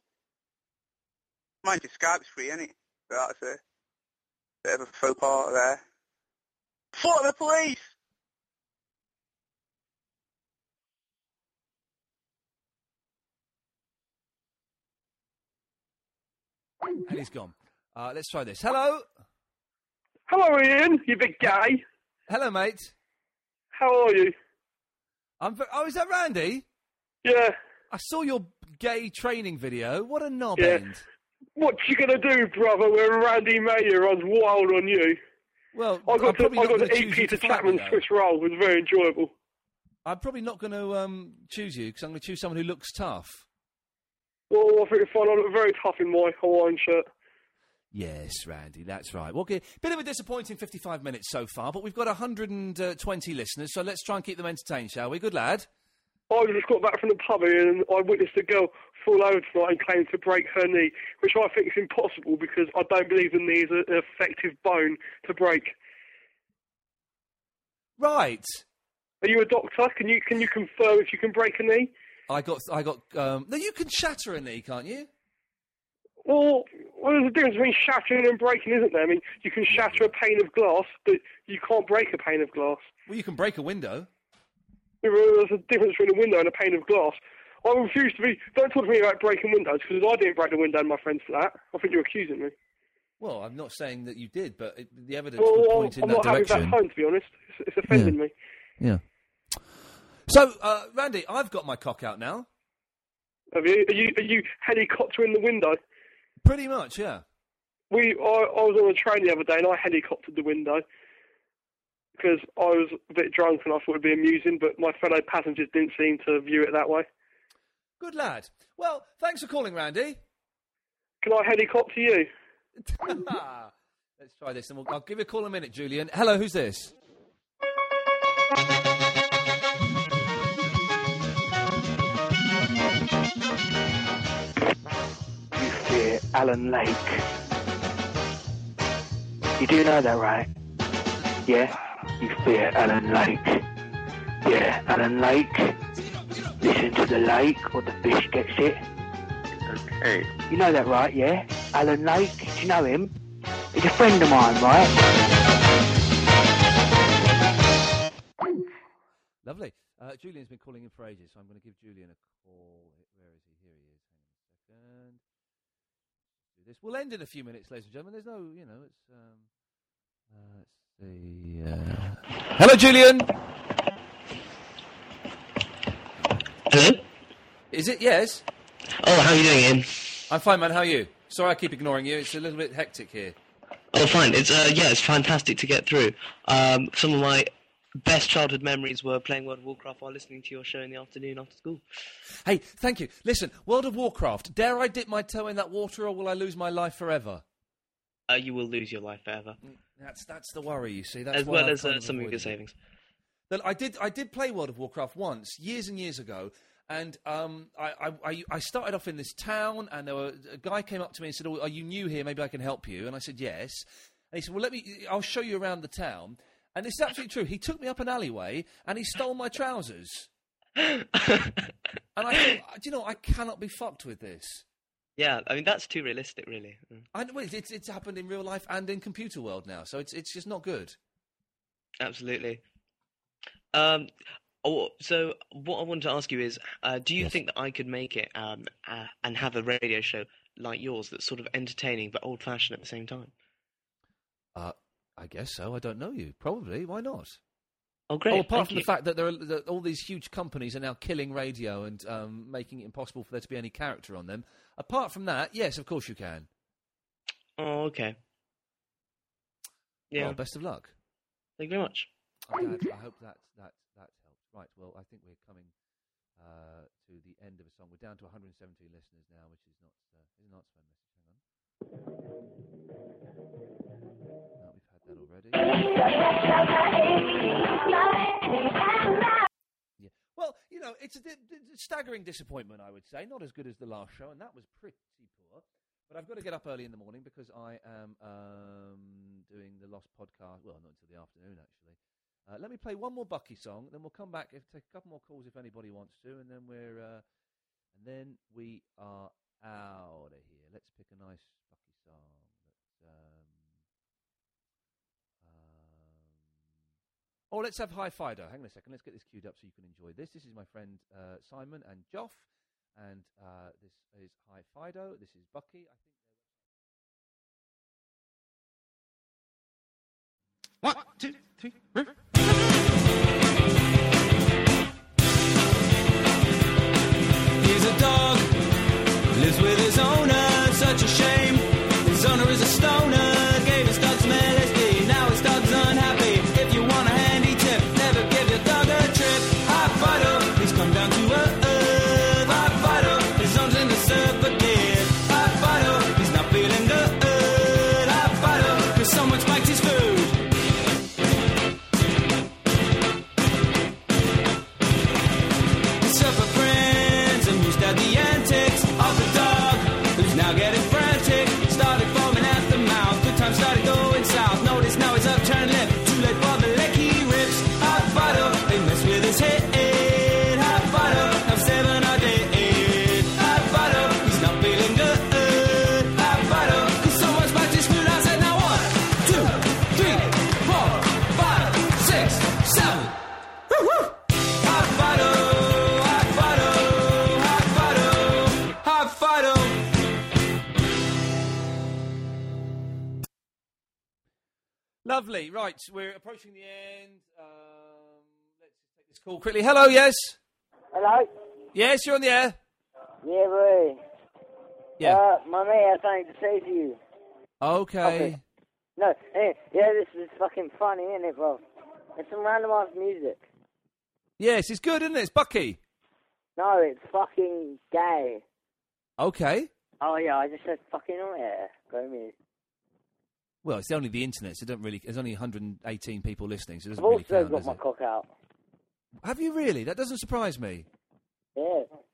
Speaker 19: mine just Skype's free, innit? So that's a bit of a faux pas there. Fuck the police!
Speaker 1: And he's gone. Uh, let's try this. Hello.
Speaker 6: Hello, Ian. You big guy.
Speaker 1: Hello, mate.
Speaker 6: How are you?
Speaker 1: I'm. ve- Oh, is that Randy?
Speaker 6: Yeah.
Speaker 1: I saw your gay training video. What a knob
Speaker 6: Yeah.
Speaker 1: end.
Speaker 6: What you gonna do, brother? When Randy Mayer runs wild on you.
Speaker 1: Well,
Speaker 6: I
Speaker 1: I'm
Speaker 6: got
Speaker 1: probably
Speaker 6: to, I
Speaker 1: not
Speaker 6: got
Speaker 1: gonna
Speaker 6: to eat
Speaker 1: choose you
Speaker 6: Peter
Speaker 1: to fight me,
Speaker 6: Chapman's
Speaker 1: though.
Speaker 6: Swiss roll. It was very enjoyable.
Speaker 1: I'm probably not going to um, choose you because I'm going to choose someone who looks tough.
Speaker 6: Well, I think it's fun. I look very tough in my Hawaiian shirt.
Speaker 1: Yes, Randy, that's right. Well, g- bit of a disappointing 55 minutes so far, but we've got 120 uh, listeners, so let's try and keep them entertained, shall we? Good lad.
Speaker 6: I just got back from the pub here and I witnessed a girl fall over tonight and claim to break her knee, which I think is impossible because I don't believe the knee is a- an effective bone to break.
Speaker 1: Right.
Speaker 6: Are you a doctor? Can you can you confirm if you can break a knee?
Speaker 1: I got, I got. Um, no, you can shatter a knee, can't you?
Speaker 6: Well, well, there's a difference between shattering and breaking, isn't there? I mean, you can shatter a pane of glass, but you can't break a pane of glass.
Speaker 1: Well, you can break a window.
Speaker 6: There's a difference between a window and a pane of glass. I refuse to be. Don't talk to me about breaking windows because I didn't break the window in my friend's flat. I think you're accusing me.
Speaker 1: Well, I'm not saying that you did, but it, the evidence would
Speaker 6: Well,
Speaker 1: point in
Speaker 6: I'm
Speaker 1: that
Speaker 6: not happy with
Speaker 1: direction.
Speaker 6: that phone, to be honest. It's, it's offending me.
Speaker 1: Yeah. So, uh, Randy, I've got my cock out now.
Speaker 6: Have you? Are you, are you helicoptering the window?
Speaker 1: Pretty much, yeah.
Speaker 6: We, I, I was on a train the other day and I helicoptered the window because I was a bit drunk and I thought it'd be amusing, but my fellow passengers didn't seem to view it that way.
Speaker 1: Good lad. Well, thanks for calling, Randy.
Speaker 6: Can I helicopter you?
Speaker 1: [laughs] Let's try this, and we'll, I'll give you a call in a minute, Julian. Hello, who's this?
Speaker 3: Dear Alan Lake. You do know that, right? Yeah? You fear Alan Lake. Yeah, Alan Lake. Listen to the lake or the fish gets it.
Speaker 14: Hey.
Speaker 3: You know that, right? Yeah? Alan Lake, do you know him? He's a friend of mine, right?
Speaker 1: Lovely. Uh, Julian's been calling in for ages, so I'm going to give Julian a call. Where is he? Here he is. Hang on a second. Do this. We'll end in a few minutes, ladies and gentlemen. There's no, you know, it's. Um, Hello, Julian.
Speaker 3: Hello?
Speaker 1: Is it? Yes.
Speaker 3: Oh, how are you doing, Ian?
Speaker 1: I'm fine, man. How are you? Sorry, I keep ignoring you. It's a little bit hectic here.
Speaker 3: Oh, fine. It's uh, yeah, it's fantastic to get through. Um, some of my best childhood memories were playing World of Warcraft while listening to your show in the afternoon after school.
Speaker 1: Hey, thank you. Listen, World of Warcraft. Dare I dip my toe in that water, or will I lose my life forever? Mm,
Speaker 3: Uh, you will lose your life forever.
Speaker 1: That's that's the worry. You see, that's
Speaker 3: as
Speaker 1: why
Speaker 3: well
Speaker 1: I've
Speaker 3: as
Speaker 1: kind
Speaker 3: uh,
Speaker 1: of
Speaker 3: some of your
Speaker 1: avoided it.
Speaker 3: savings.
Speaker 1: that I did I did play World of Warcraft once years and years ago, and um, I, I- I I started off in this town, and there were, a guy came up to me and said, "Oh, are you new here? Maybe I can help you." And I said, "Yes." And he said, "Well, let me. I'll show you around the town." And this is absolutely true. He took me up an alleyway and he stole my trousers.
Speaker 3: [laughs]
Speaker 1: and I thought, do you know, I cannot be fucked with this.
Speaker 3: Yeah, I mean that's too realistic, really. Mm,
Speaker 1: And well, it's, it's happened in real life and in computer world now, so it's it's just not good.
Speaker 3: Absolutely. Um, oh, so what I wanted to ask you is, uh, do you think that I could make it um, uh, and have a radio show like yours that's sort of entertaining but old-fashioned at the same time?
Speaker 1: Uh, I guess so. I don't know you. Probably. Why not?
Speaker 3: Oh, great.
Speaker 1: Oh,
Speaker 3: Thank
Speaker 1: apart from
Speaker 3: you.
Speaker 1: the fact that there are that all these huge companies are now killing radio and um, making it impossible for there to be any character on them. Apart from that, yes, of course you can.
Speaker 3: Oh, okay. Yeah.
Speaker 1: Well, best of luck.
Speaker 3: Thank you very much.
Speaker 1: I'm glad. I hope that that that helps. Right. Well, I think we're coming uh, to the end of a song. We're down to 117 listeners now, which is not uh, is not so message. Hang on. No, we've had that already. Yeah. Well, you know, it's a di- di- staggering disappointment, I would say. Not as good as the last show, and that was pretty poor. But I've got to get up early in the morning because I am um, doing the Lost podcast. Well, not until the afternoon, actually. Uh, let me play one more Bucky song, then we'll come back if take a couple more calls if anybody wants to, and then we're uh, and then we are out of here. Let's pick a nice Bucky song. That's, um, Oh, let's have High Fido. Hang on a second. Let's get this queued up so you can enjoy this. This is my friend uh, Simon and Joff, and uh, this is High Fido. This is Bucky. I think. two, three.
Speaker 2: He's a dog, lives with his owner, such a shame. His owner is a stoner, gave his dog some LSD, now his dog's unhappy. If you want a handy tip, never give your dog a trip. Hot vital, he's come down to earth. Hot vital, his arms in the surf again. Hot vital, he's not feeling good. Hot vital, cause someone spiked his food. suffer friends and used at the antics of the dog who's now getting frantic. Started foaming at the mouth, good times started going south. Notice now his upturned lip, too late for the lick he rips. Hot butter, they mess with his head. Hot butter, now seven are dead. Hot butter, he's not feeling good. Hot butter, 'cause someone spiked his food. I said, now one, two, three, four, five, six, seven. Woo woo! Hot butter, hot butter, hot butter, hot butter.
Speaker 1: Lovely. Right, we're approaching the end. Um, let's just take this call quickly. Hello, yes,
Speaker 4: Hello?
Speaker 1: yes, you're on the air.
Speaker 4: Yeah, Ray.
Speaker 1: Yeah.
Speaker 4: Uh, my man, I think to say to you.
Speaker 1: Okay.
Speaker 4: No, eh, yeah, this is fucking funny, isn't it, bro? It's some random ass music.
Speaker 1: Yes, it's good, isn't it? It's Bucky.
Speaker 4: No, it's fucking gay.
Speaker 1: Okay.
Speaker 4: Oh, yeah, I just said fucking on air. Go me.
Speaker 1: Well, it's only the internet, so it don't really. There's only 118 people listening, so it
Speaker 4: I've
Speaker 1: doesn't really
Speaker 4: also
Speaker 1: count.
Speaker 4: got
Speaker 1: does
Speaker 4: my
Speaker 1: it?
Speaker 4: cock out.
Speaker 1: Have you really? That doesn't surprise me.
Speaker 4: Yeah.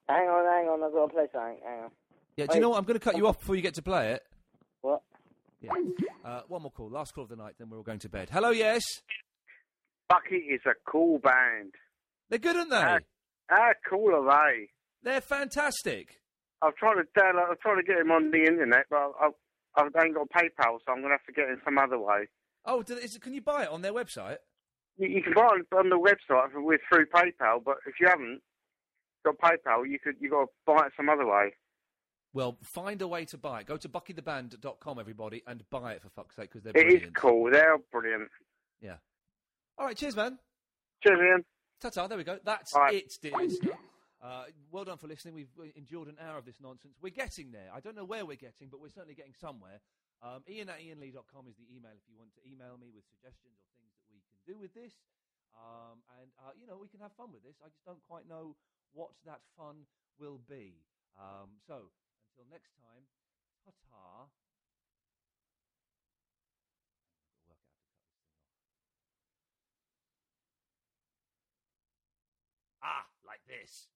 Speaker 4: Hang on, hang on, I've got to play something. Hang on.
Speaker 1: Yeah. Do you know what? I'm going to cut you off before you get to play it.
Speaker 4: What?
Speaker 1: Yeah. Uh, one more call. Last call of the night. Then we're all going to bed. Hello. Yes.
Speaker 4: Bucky is a cool band.
Speaker 1: They're good, aren't they?
Speaker 4: How cool are they?
Speaker 1: They're fantastic.
Speaker 4: I've tried to download, I've tried to get him on the internet, but I've, I've, I ain't got PayPal, so I'm gonna have to get him some other way.
Speaker 1: Oh, do, is, can you buy it on their website?
Speaker 4: You, you can buy it on the website for- with through PayPal, but if you haven't got PayPal, you could you got to buy it some other way.
Speaker 1: Well, find a way to buy it. Go to buckytheband.com, everybody, and buy it for fuck's sake because they're
Speaker 4: It
Speaker 1: brilliant.
Speaker 4: is cool. They're brilliant.
Speaker 1: Yeah. All right. Cheers, man.
Speaker 4: Cheers, Ian.
Speaker 1: Ta-ta. There we go. That's
Speaker 4: All right.
Speaker 1: it, dear listener. Uh, well done for listening. We've uh, endured an hour of this nonsense. We're getting there. I don't know where we're getting, but we're certainly getting somewhere. Um, Ian at ianlee.com is the email if you want to email me with suggestions or things that we can do with this. Um, and, uh, you know, we can have fun with this. I just don't quite know what that fun will be. Um, so, until next time, ta-ta. Ah, like this.